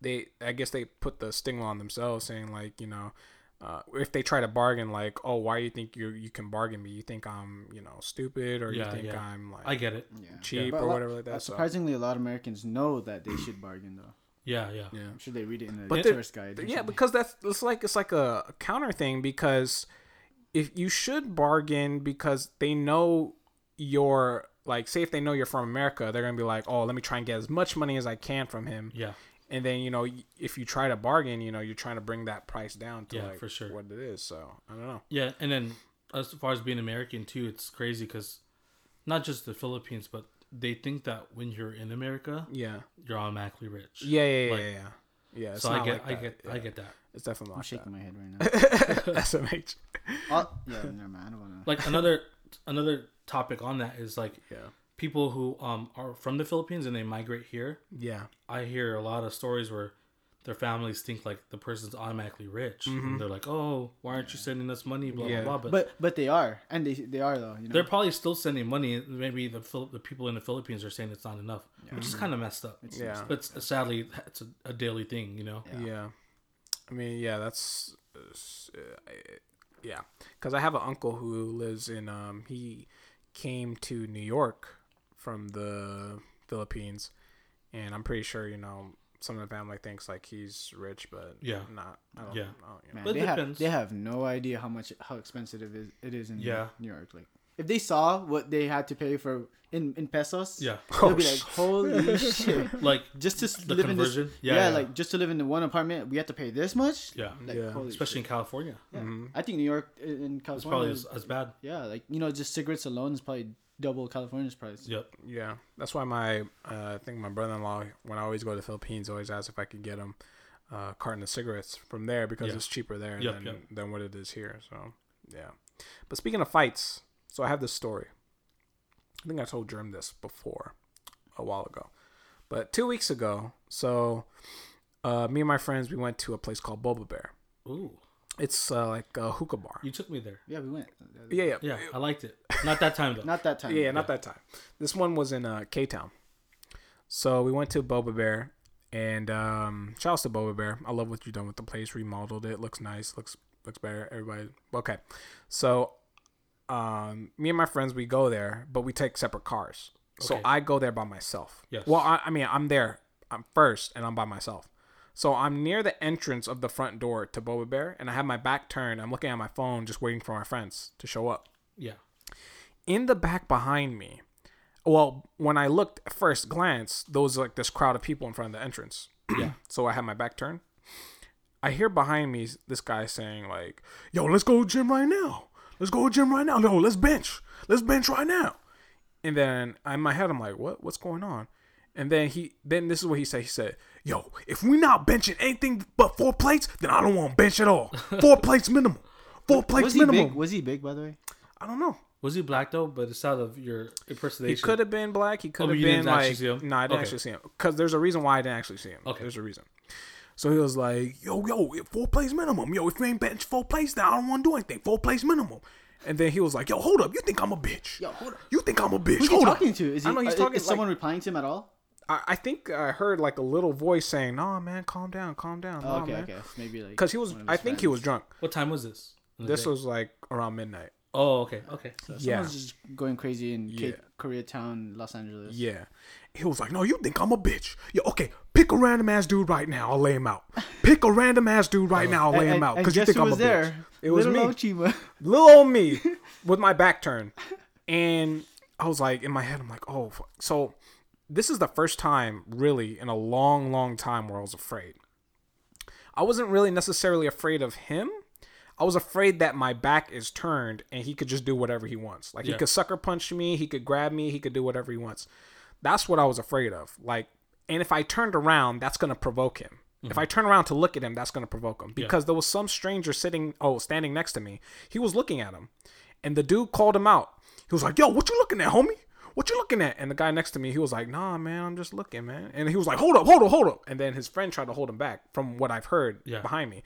Speaker 2: they I guess they put the stigma on themselves, saying like you know, uh, if they try to bargain, like oh why you think you you can bargain me? You think I'm you know stupid or
Speaker 3: Yeah,
Speaker 2: you think
Speaker 3: yeah.
Speaker 2: I'm like
Speaker 3: i get it
Speaker 2: cheap
Speaker 1: But a
Speaker 2: or
Speaker 1: lot-
Speaker 2: whatever like
Speaker 1: uh,
Speaker 2: that. So
Speaker 1: Surprisingly, a lot of Americans know that they should bargain though.
Speaker 3: yeah yeah
Speaker 1: I'm sure they read it in the
Speaker 2: But they're-
Speaker 1: tourist guide. or
Speaker 2: yeah,
Speaker 1: something.
Speaker 2: because that's it's like it's like a, a counter thing because if you should bargain because they know your like say if they know you're from America, they're gonna be like oh let me try and get as much money as I can from him.
Speaker 3: yeah
Speaker 2: and then you know y- if you try to bargain you know you're trying to bring that price down to
Speaker 3: Yeah,
Speaker 2: like
Speaker 3: for sure.
Speaker 2: what it is so i don't know
Speaker 3: Yeah, and then as far as being American too, it's crazy because not just the Philippines, but they think that when you're in America,
Speaker 2: yeah
Speaker 3: you're automatically rich.
Speaker 2: yeah yeah yeah
Speaker 3: Like-
Speaker 2: yeah, yeah. yeah it's
Speaker 3: so I
Speaker 2: not like
Speaker 3: get, I
Speaker 2: that.
Speaker 3: get,
Speaker 2: yeah.
Speaker 3: I get that.
Speaker 2: it's definitely
Speaker 1: I'm
Speaker 2: not
Speaker 1: shaking
Speaker 2: that.
Speaker 1: my head right now.
Speaker 2: smh
Speaker 1: Oh, yeah, never mind. I don't wanna.
Speaker 3: Like another, another topic on that is like
Speaker 2: yeah
Speaker 3: people who um are from the Philippines and they migrate here,
Speaker 2: Yeah.
Speaker 3: I hear a lot of stories where their families think like the person's automatically rich, and they're like, "Oh, why aren't you sending us money?" Blah
Speaker 2: Mm-hmm. Yeah.
Speaker 3: blah blah. But,
Speaker 1: But but they are, and they they are though. You know,
Speaker 3: they're probably still sending money. Maybe the Phil- the people in the Philippines are saying it's not enough, which is kind of messed up.
Speaker 2: Yeah.
Speaker 3: but it's- sadly, it's a, a daily thing, you know.
Speaker 2: Yeah. I mean, yeah, that's uh, I- yeah. Cuz I have an uncle who lives in um he came to New York from the Philippines and I'm pretty sure, you know, some of the family thinks like he's rich but
Speaker 3: Yeah.
Speaker 2: not I don't,
Speaker 3: Yeah.
Speaker 2: I don't- you know.
Speaker 1: man,
Speaker 3: But it
Speaker 1: they have
Speaker 3: depends.
Speaker 1: they have no idea how much how expensive it is, it is in
Speaker 3: Yeah.
Speaker 1: New York. Like if they saw what they had to pay for in in pesos,
Speaker 3: Yeah.
Speaker 1: they'll be like, holy shit.
Speaker 3: Like
Speaker 1: Just to s-
Speaker 3: The
Speaker 1: live in
Speaker 3: conversion?
Speaker 1: this,
Speaker 3: Yeah,
Speaker 1: yeah,
Speaker 3: yeah.
Speaker 1: like just to live in the one apartment, we have to pay this much.
Speaker 3: yeah,
Speaker 1: Like,
Speaker 2: Yeah.
Speaker 1: holy
Speaker 3: especially in California,
Speaker 1: shit. Yeah.
Speaker 2: Mm-hmm.
Speaker 1: I think New York i- in
Speaker 3: it's probably uh,
Speaker 1: California,
Speaker 3: as, as bad.
Speaker 1: yeah, like you know, just cigarettes alone is probably double California's price.
Speaker 3: Yep.
Speaker 2: Yeah, that's why my uh, I think my brother-in-law when I always go to the Philippines always asks if I could get him uh, a carton of cigarettes from there because
Speaker 3: Yeah.
Speaker 2: it's cheaper there
Speaker 3: Yep,
Speaker 2: than
Speaker 3: yep.
Speaker 2: than what it is here. So yeah, but speaking of fights, so I have this story. I think I told Germ this before a while ago, but two weeks ago, so uh, me and my friends we went to a place called Boba Bear.
Speaker 3: Ooh,
Speaker 2: It's uh, like a hookah bar.
Speaker 3: you took me there.
Speaker 1: Yeah, we went.
Speaker 2: Yeah, yeah,
Speaker 3: Yeah, I liked it. Not that time though.
Speaker 1: Not that time.
Speaker 2: Yeah, not that time. This one was in uh, K Town. So we went to Boba Bear, and um, shout outs to Boba Bear. I love what you've done with the place. Remodeled it. Looks nice. Looks looks better. Everybody. Okay, so um, me and my friends we go there, but we take separate cars. So
Speaker 3: Okay.
Speaker 2: I go there by myself.
Speaker 3: Yes.
Speaker 2: Well, I, I mean, I'm there. I'm first, and I'm by myself. So I'm near the entrance of the front door to Boba Bear, and I have my back turned. I'm looking at my phone, just waiting for my friends to show up
Speaker 3: yeah.
Speaker 2: in the back behind me well when i looked at first glance there was like this crowd of people in front of the entrance yeah so i had my back turned i hear behind me this guy saying like yo let's go to the gym right now let's go to the gym right now no let's bench let's bench right now and then in my head i'm like what what's going on and then he then this is what he said he said yo if we not benching anything but four plates then i don't want to bench at all four plates minimum four plates
Speaker 1: Was he
Speaker 2: minimum
Speaker 1: big? Was he big by the way?
Speaker 2: i don't know
Speaker 3: Was he black though? But it's out of your impersonation.
Speaker 2: He could have been black. He could have
Speaker 3: Oh, you
Speaker 2: been
Speaker 3: didn't actually
Speaker 2: like.
Speaker 3: see him?
Speaker 2: No, I didn't
Speaker 3: Okay.
Speaker 2: actually see him because there's a reason why I didn't actually see him.
Speaker 3: Okay.
Speaker 2: There's a reason. So he was like, "Yo, yo, four plays minimum. Yo, if you ain't bench four plays, then I don't want to do anything. Four plays minimum." And then he was like, "Yo, hold up. You think I'm a bitch?
Speaker 1: Yo, hold up.
Speaker 2: You think I'm a bitch?
Speaker 1: Who's he
Speaker 2: hold up."
Speaker 1: talking to? Is he?
Speaker 2: I know he's
Speaker 1: uh,
Speaker 2: talking.
Speaker 1: Is
Speaker 2: like,
Speaker 1: someone replying to him at all?
Speaker 2: I, I think I heard like a little voice saying, "Nah, man, calm down, calm down."
Speaker 1: Oh,
Speaker 2: nah,
Speaker 1: okay,
Speaker 2: man."
Speaker 1: okay, maybe like
Speaker 2: Because he was.
Speaker 1: one of
Speaker 2: I
Speaker 1: his
Speaker 2: think he
Speaker 1: friends.
Speaker 2: was drunk.
Speaker 3: What time was this? In the
Speaker 2: This
Speaker 3: day?
Speaker 2: was like around midnight.
Speaker 3: Oh, okay, okay. So that's-
Speaker 2: Yeah.
Speaker 1: Someone's just going crazy in K-
Speaker 2: Yeah.
Speaker 1: Koreatown, Los Angeles.
Speaker 2: Yeah. He was like, No, you think I'm a bitch. Yeah, okay, pick a random ass dude right now. I'll lay him out. Pick a random ass dude right now. I'll lay
Speaker 1: Oh. And-
Speaker 2: him out.
Speaker 1: and
Speaker 2: Because you
Speaker 1: guess
Speaker 2: think
Speaker 1: who
Speaker 2: I'm a
Speaker 1: was
Speaker 2: bitch. It was
Speaker 1: Little
Speaker 2: me.
Speaker 1: Ochima.
Speaker 2: Little old me with my back turned. And I was like, In my head, I'm like, Oh, fu-" so this is the first time, really, in a long, long time where I was afraid. I wasn't really necessarily afraid of him. I was afraid that my back is turned and he could just do whatever he wants. Like he
Speaker 3: Yeah.
Speaker 2: could sucker punch me, he could grab me, he could do whatever he wants. That's what I was afraid of. Like, and if I turned around, that's gonna provoke him. If I turn around to look at him, that's gonna provoke him because there was some stranger sitting, oh, standing next to me. He was looking at him, and the dude called him out. He was like, "Yo, what you looking at, homie? What you looking at?" And the guy next to me, he was like, "Nah, man, I'm just looking, man." And he was like, "Hold up, hold up, hold up!" And then his friend tried to hold him back. From what I've heard,
Speaker 3: Yeah.
Speaker 2: behind me.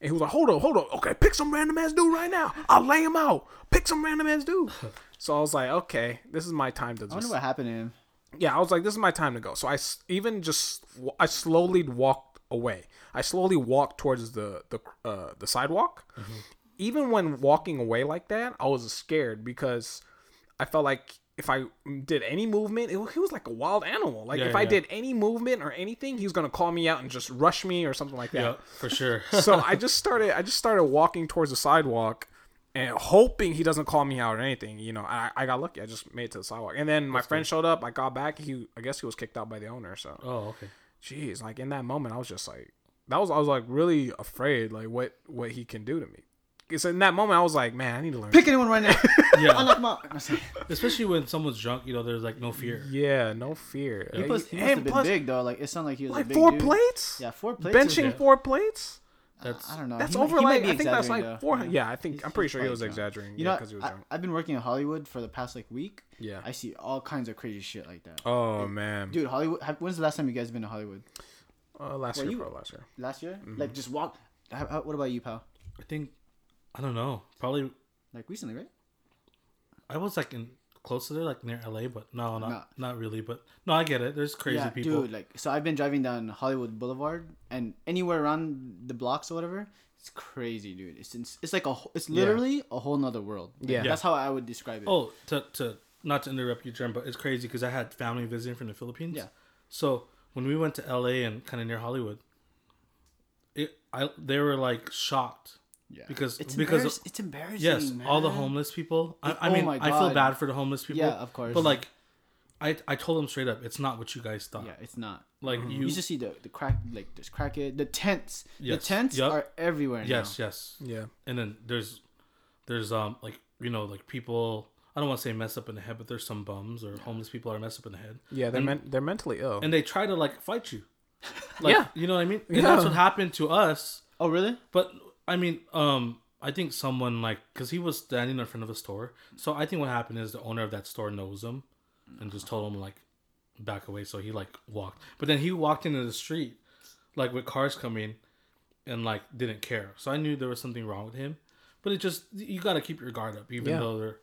Speaker 2: And he was like, hold up, hold up. Okay, pick some random ass dude right now. I'll lay him out. Pick some random ass dude. so I was like, okay, this is my time to
Speaker 1: I wonder
Speaker 2: just.
Speaker 1: what happened to him.
Speaker 2: Yeah, I was like, this is my time to go. So I s- even just, I slowly walked away. I slowly walked towards the the, uh, the sidewalk.
Speaker 3: Mm-hmm.
Speaker 2: Even when walking away like that, I was scared because I felt like if I did any movement, it, wa- he was like a wild animal. Like
Speaker 3: Yeah,
Speaker 2: if
Speaker 3: yeah,
Speaker 2: I
Speaker 3: yeah.
Speaker 2: did any movement or anything, he was gonna call me out and just rush me or something like that
Speaker 3: yeah, for sure.
Speaker 2: so I just started I just started walking towards the sidewalk and hoping he doesn't call me out or anything. You know, I, I got lucky. I just made it to the sidewalk. And then my friend showed up. I got back. He I guess he was kicked out by the owner. So
Speaker 3: oh, okay.
Speaker 2: jeez, like in that moment I was just like that was I was like really afraid like what what he can do to me. Because in that moment I was like, man, I need to learn.
Speaker 1: Pick anyone right now.
Speaker 3: Yeah.
Speaker 1: Unlock my. I'm sorry.
Speaker 3: Especially when someone's drunk, you know, there's like no fear.
Speaker 2: yeah, no fear.
Speaker 1: He must, he must
Speaker 2: and
Speaker 1: have been
Speaker 2: plus,
Speaker 1: big though. Like it sounded like he was a
Speaker 2: like
Speaker 1: big
Speaker 2: four
Speaker 1: dude.
Speaker 2: plates.
Speaker 1: Yeah, four plates. is-
Speaker 2: benching four plates.
Speaker 3: That's
Speaker 1: I don't know.
Speaker 2: That's
Speaker 1: He mi-
Speaker 2: over
Speaker 1: he might
Speaker 2: like
Speaker 1: be
Speaker 2: I think that's
Speaker 1: exaggerating,
Speaker 2: like
Speaker 1: though.
Speaker 2: four. Yeah, I think I'm pretty sure he
Speaker 1: probably
Speaker 2: was
Speaker 1: drunk.
Speaker 2: exaggerating.
Speaker 1: You
Speaker 2: yeah,
Speaker 1: know,
Speaker 2: because he was
Speaker 1: I,
Speaker 2: drunk.
Speaker 1: I've been working in Hollywood for the past like week.
Speaker 2: Yeah.
Speaker 1: I see all kinds of crazy shit like that.
Speaker 2: Oh man.
Speaker 1: Dude, Hollywood. have- When's the last time you guys been to Hollywood?
Speaker 2: Uh, last year,
Speaker 1: you-
Speaker 2: probably last year.
Speaker 1: Last year?
Speaker 2: Mm-hmm.
Speaker 1: Like just walk. How, how, what about you, pal?
Speaker 3: I think I don't know. Probably
Speaker 1: Like recently, right?
Speaker 3: I was like in close to there, like near LA, but no, not
Speaker 1: No.
Speaker 3: not really. But no, I get it. There's crazy
Speaker 1: yeah,
Speaker 3: people.
Speaker 1: dude. Like so, I've been driving down Hollywood Boulevard and anywhere around the blocks or whatever. It's crazy, dude. It's it's, it's like a wh- it's literally a whole nother world. Like,
Speaker 2: Yeah.
Speaker 1: that's how I would describe it.
Speaker 3: Oh, to to not to interrupt you, Jen, but it's crazy because I had family visiting from the Philippines.
Speaker 1: Yeah.
Speaker 3: So when we went to LA and kind of near Hollywood, it I they were like shocked.
Speaker 1: yeah.
Speaker 3: because-
Speaker 1: it's
Speaker 3: because-
Speaker 1: embarrass- it's embarrassing.
Speaker 3: Yes, all the
Speaker 1: man.
Speaker 3: homeless people. I, I
Speaker 1: oh
Speaker 3: mean,
Speaker 1: my
Speaker 3: I feel
Speaker 1: God.
Speaker 3: bad for the homeless people.
Speaker 1: Yeah, of course.
Speaker 3: But like, I I told them straight up, it's not what you guys thought.
Speaker 1: Yeah, it's not.
Speaker 3: Like you.
Speaker 1: You just see the the crack like there's crack it the tents.
Speaker 3: Yes.
Speaker 1: The tents
Speaker 3: Yup.
Speaker 1: are everywhere. now.
Speaker 3: yes, yes.
Speaker 2: Yeah.
Speaker 3: and then there's there's um like you know like people I don't want to say messed up in the head, but there's some bums or homeless people are messed up in the head,
Speaker 2: Yeah, they're men- they're mentally ill.
Speaker 3: and they try to like fight you. Like,
Speaker 2: Yeah.
Speaker 3: you know what I mean. And that's what happened to us.
Speaker 1: Oh really?
Speaker 3: But I mean, um, I think someone like because he was standing in front of a store, so I think what happened is the owner of that store knows him, and just told him like back away. So he like walked, but then he walked into the street, like with cars coming, and like didn't care. So I knew there was something wrong with him, but it just you gotta keep your guard up, even
Speaker 2: Yeah.
Speaker 3: though they're.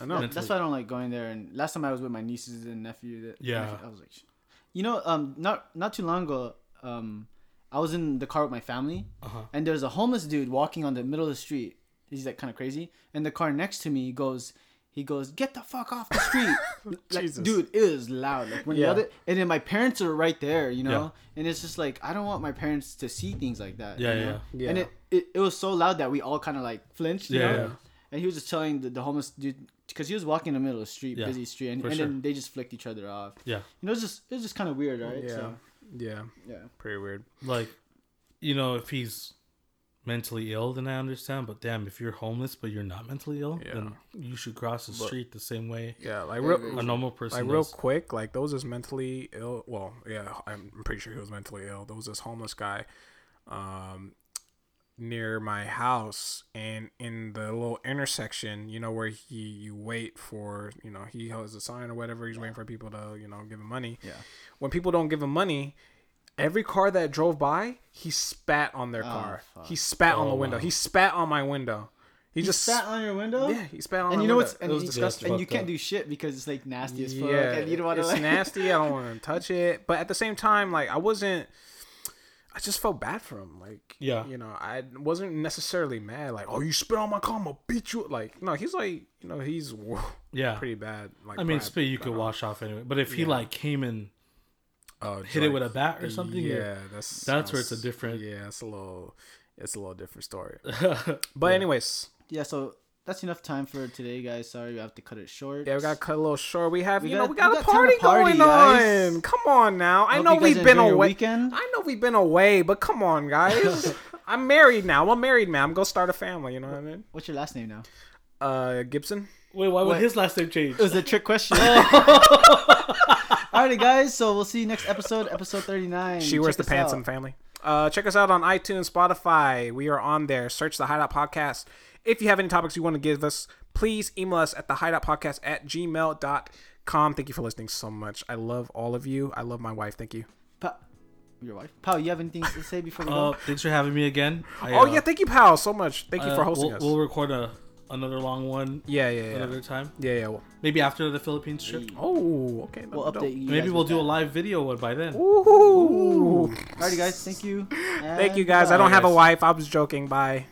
Speaker 2: I know.
Speaker 1: That's why I don't like going there. And last time I was with my nieces and nephew, that
Speaker 3: Yeah.
Speaker 1: nephew, I was like, you know, um, not not too long ago, um, I was in the car with my family,
Speaker 2: Uh-huh.
Speaker 1: and there's a homeless dude walking on the middle of the street. He's like kind of crazy, and the car next to me goes. He goes, get the fuck off the street, like,
Speaker 2: Jesus.
Speaker 1: dude. It is loud. Like when the
Speaker 2: Yeah.
Speaker 1: other, and then my parents are right there, you know. And it's just like I don't want my parents to see things like that.
Speaker 3: Yeah,
Speaker 1: you know?
Speaker 3: yeah.
Speaker 2: Yeah.
Speaker 1: And it, it, it was so loud that we all kind of like flinched. You
Speaker 3: Yeah,
Speaker 1: Know?
Speaker 3: yeah.
Speaker 1: And he was just telling the, the homeless dude because he was walking in the middle of the street,
Speaker 3: Yeah,
Speaker 1: busy street, and,
Speaker 3: for
Speaker 1: and
Speaker 3: sure.
Speaker 1: then they just flicked each other off.
Speaker 3: Yeah.
Speaker 1: You know, it's just it's just kind of weird, right?
Speaker 2: yeah.
Speaker 1: So,
Speaker 2: yeah.
Speaker 1: yeah.
Speaker 2: Pretty weird.
Speaker 3: like you know if he's mentally ill then i understand but damn if you're homeless but you're not mentally ill
Speaker 2: Yeah.
Speaker 3: then you should cross the street the same way
Speaker 2: Yeah, like
Speaker 3: a
Speaker 2: real,
Speaker 3: normal person
Speaker 2: like real
Speaker 3: does.
Speaker 2: quick, like those is mentally ill. Well, yeah, I'm pretty sure he was mentally ill. There was this homeless guy, um, near my house, and in the little intersection, you know, where he you wait for, you know, he has a sign or whatever. He's waiting for people to, you know, give him money.
Speaker 1: Yeah.
Speaker 2: When people don't give him money. Every car that drove by, he spat on
Speaker 1: Oh,
Speaker 2: their car. He spat on the window. He spat on my window. He,
Speaker 1: Just
Speaker 2: just
Speaker 1: sat on your window.
Speaker 2: yeah, he spat on.
Speaker 1: And
Speaker 2: my
Speaker 1: you know
Speaker 2: window.
Speaker 1: what's and,
Speaker 2: it was
Speaker 1: you-
Speaker 2: disgusting.
Speaker 1: and you
Speaker 3: Fucked
Speaker 1: can't
Speaker 3: up.
Speaker 1: do shit because it's like nasty as fuck,
Speaker 2: Yeah,
Speaker 1: and you don't want to
Speaker 2: it's
Speaker 1: like.
Speaker 2: nasty. I don't want to touch it. But at the same time, like I wasn't. I just felt bad for him. Like
Speaker 3: Yeah.
Speaker 2: you know, I wasn't necessarily mad. Like, oh, you spit on my car, I'm gonna beat you. Like, no, he's like, you know, he's w-
Speaker 3: yeah
Speaker 2: pretty bad. Like,
Speaker 3: i mean
Speaker 2: bad-
Speaker 3: spit you could wash off anyway but if he like came and
Speaker 2: oh,
Speaker 3: hit it with a bat or something
Speaker 2: Yeah,
Speaker 3: you're-
Speaker 2: that's
Speaker 3: that's where it's a different-
Speaker 2: Yeah, it's a little, it's a little different story. But anyways,
Speaker 1: Yeah. So that's enough time for today, guys. Sorry, we have to cut it short.
Speaker 2: yeah, we gotta cut a little short. We have, you know,
Speaker 1: got-
Speaker 2: we got,
Speaker 1: we
Speaker 2: a
Speaker 1: got time
Speaker 2: party,
Speaker 1: to party,
Speaker 2: going
Speaker 1: guys.
Speaker 2: on. Come on now. I
Speaker 1: Hope
Speaker 2: know
Speaker 1: you guys
Speaker 2: we've been
Speaker 1: enjoy your
Speaker 2: away.
Speaker 1: Weekend.
Speaker 2: I know we've been away, but come on, guys. I'm married now. I'm a married man. I'm gonna start a family. You know what I mean?
Speaker 1: What's your last name now?
Speaker 2: Uh, Gibson.
Speaker 3: wait why would
Speaker 1: Wait.
Speaker 3: his last name change
Speaker 1: It was a trick question. Alrighty, guys. So we'll see you next episode, episode thirty-nine.
Speaker 2: She wears
Speaker 1: Check
Speaker 2: the
Speaker 1: us
Speaker 2: pants
Speaker 1: out.
Speaker 2: and family. Uh, check us out on iTunes, Spotify. We are on there. Search the Hideout Podcast. If you have any topics you want to give us, please email us at the Hideout Podcast at gmail.com. Thank you for listening so much. I love all of you. I love my wife. Thank you.
Speaker 1: Pa- your wife, Pal. You have anything to say before we
Speaker 3: uh,
Speaker 1: go?
Speaker 3: thanks for having me again I,
Speaker 2: Oh
Speaker 3: uh,
Speaker 2: yeah, thank you, pal, so much. Thank you for
Speaker 3: uh,
Speaker 2: hosting
Speaker 3: we'll,
Speaker 2: us.
Speaker 3: we'll record a another long one
Speaker 2: yeah, yeah, yeah,
Speaker 3: another time
Speaker 2: yeah, yeah. Well,
Speaker 3: maybe after the philippines trip
Speaker 2: oh, okay. that'd
Speaker 1: We'll
Speaker 2: be dope.
Speaker 1: update you.
Speaker 3: maybe
Speaker 1: guys
Speaker 3: we'll
Speaker 1: with
Speaker 3: do a
Speaker 1: that.
Speaker 3: live video one by then
Speaker 2: Woohoo!
Speaker 1: Alrighty, guys. Thank you.
Speaker 2: Thank you guys. I don't have a
Speaker 3: guys.
Speaker 2: wife. I was joking. Bye.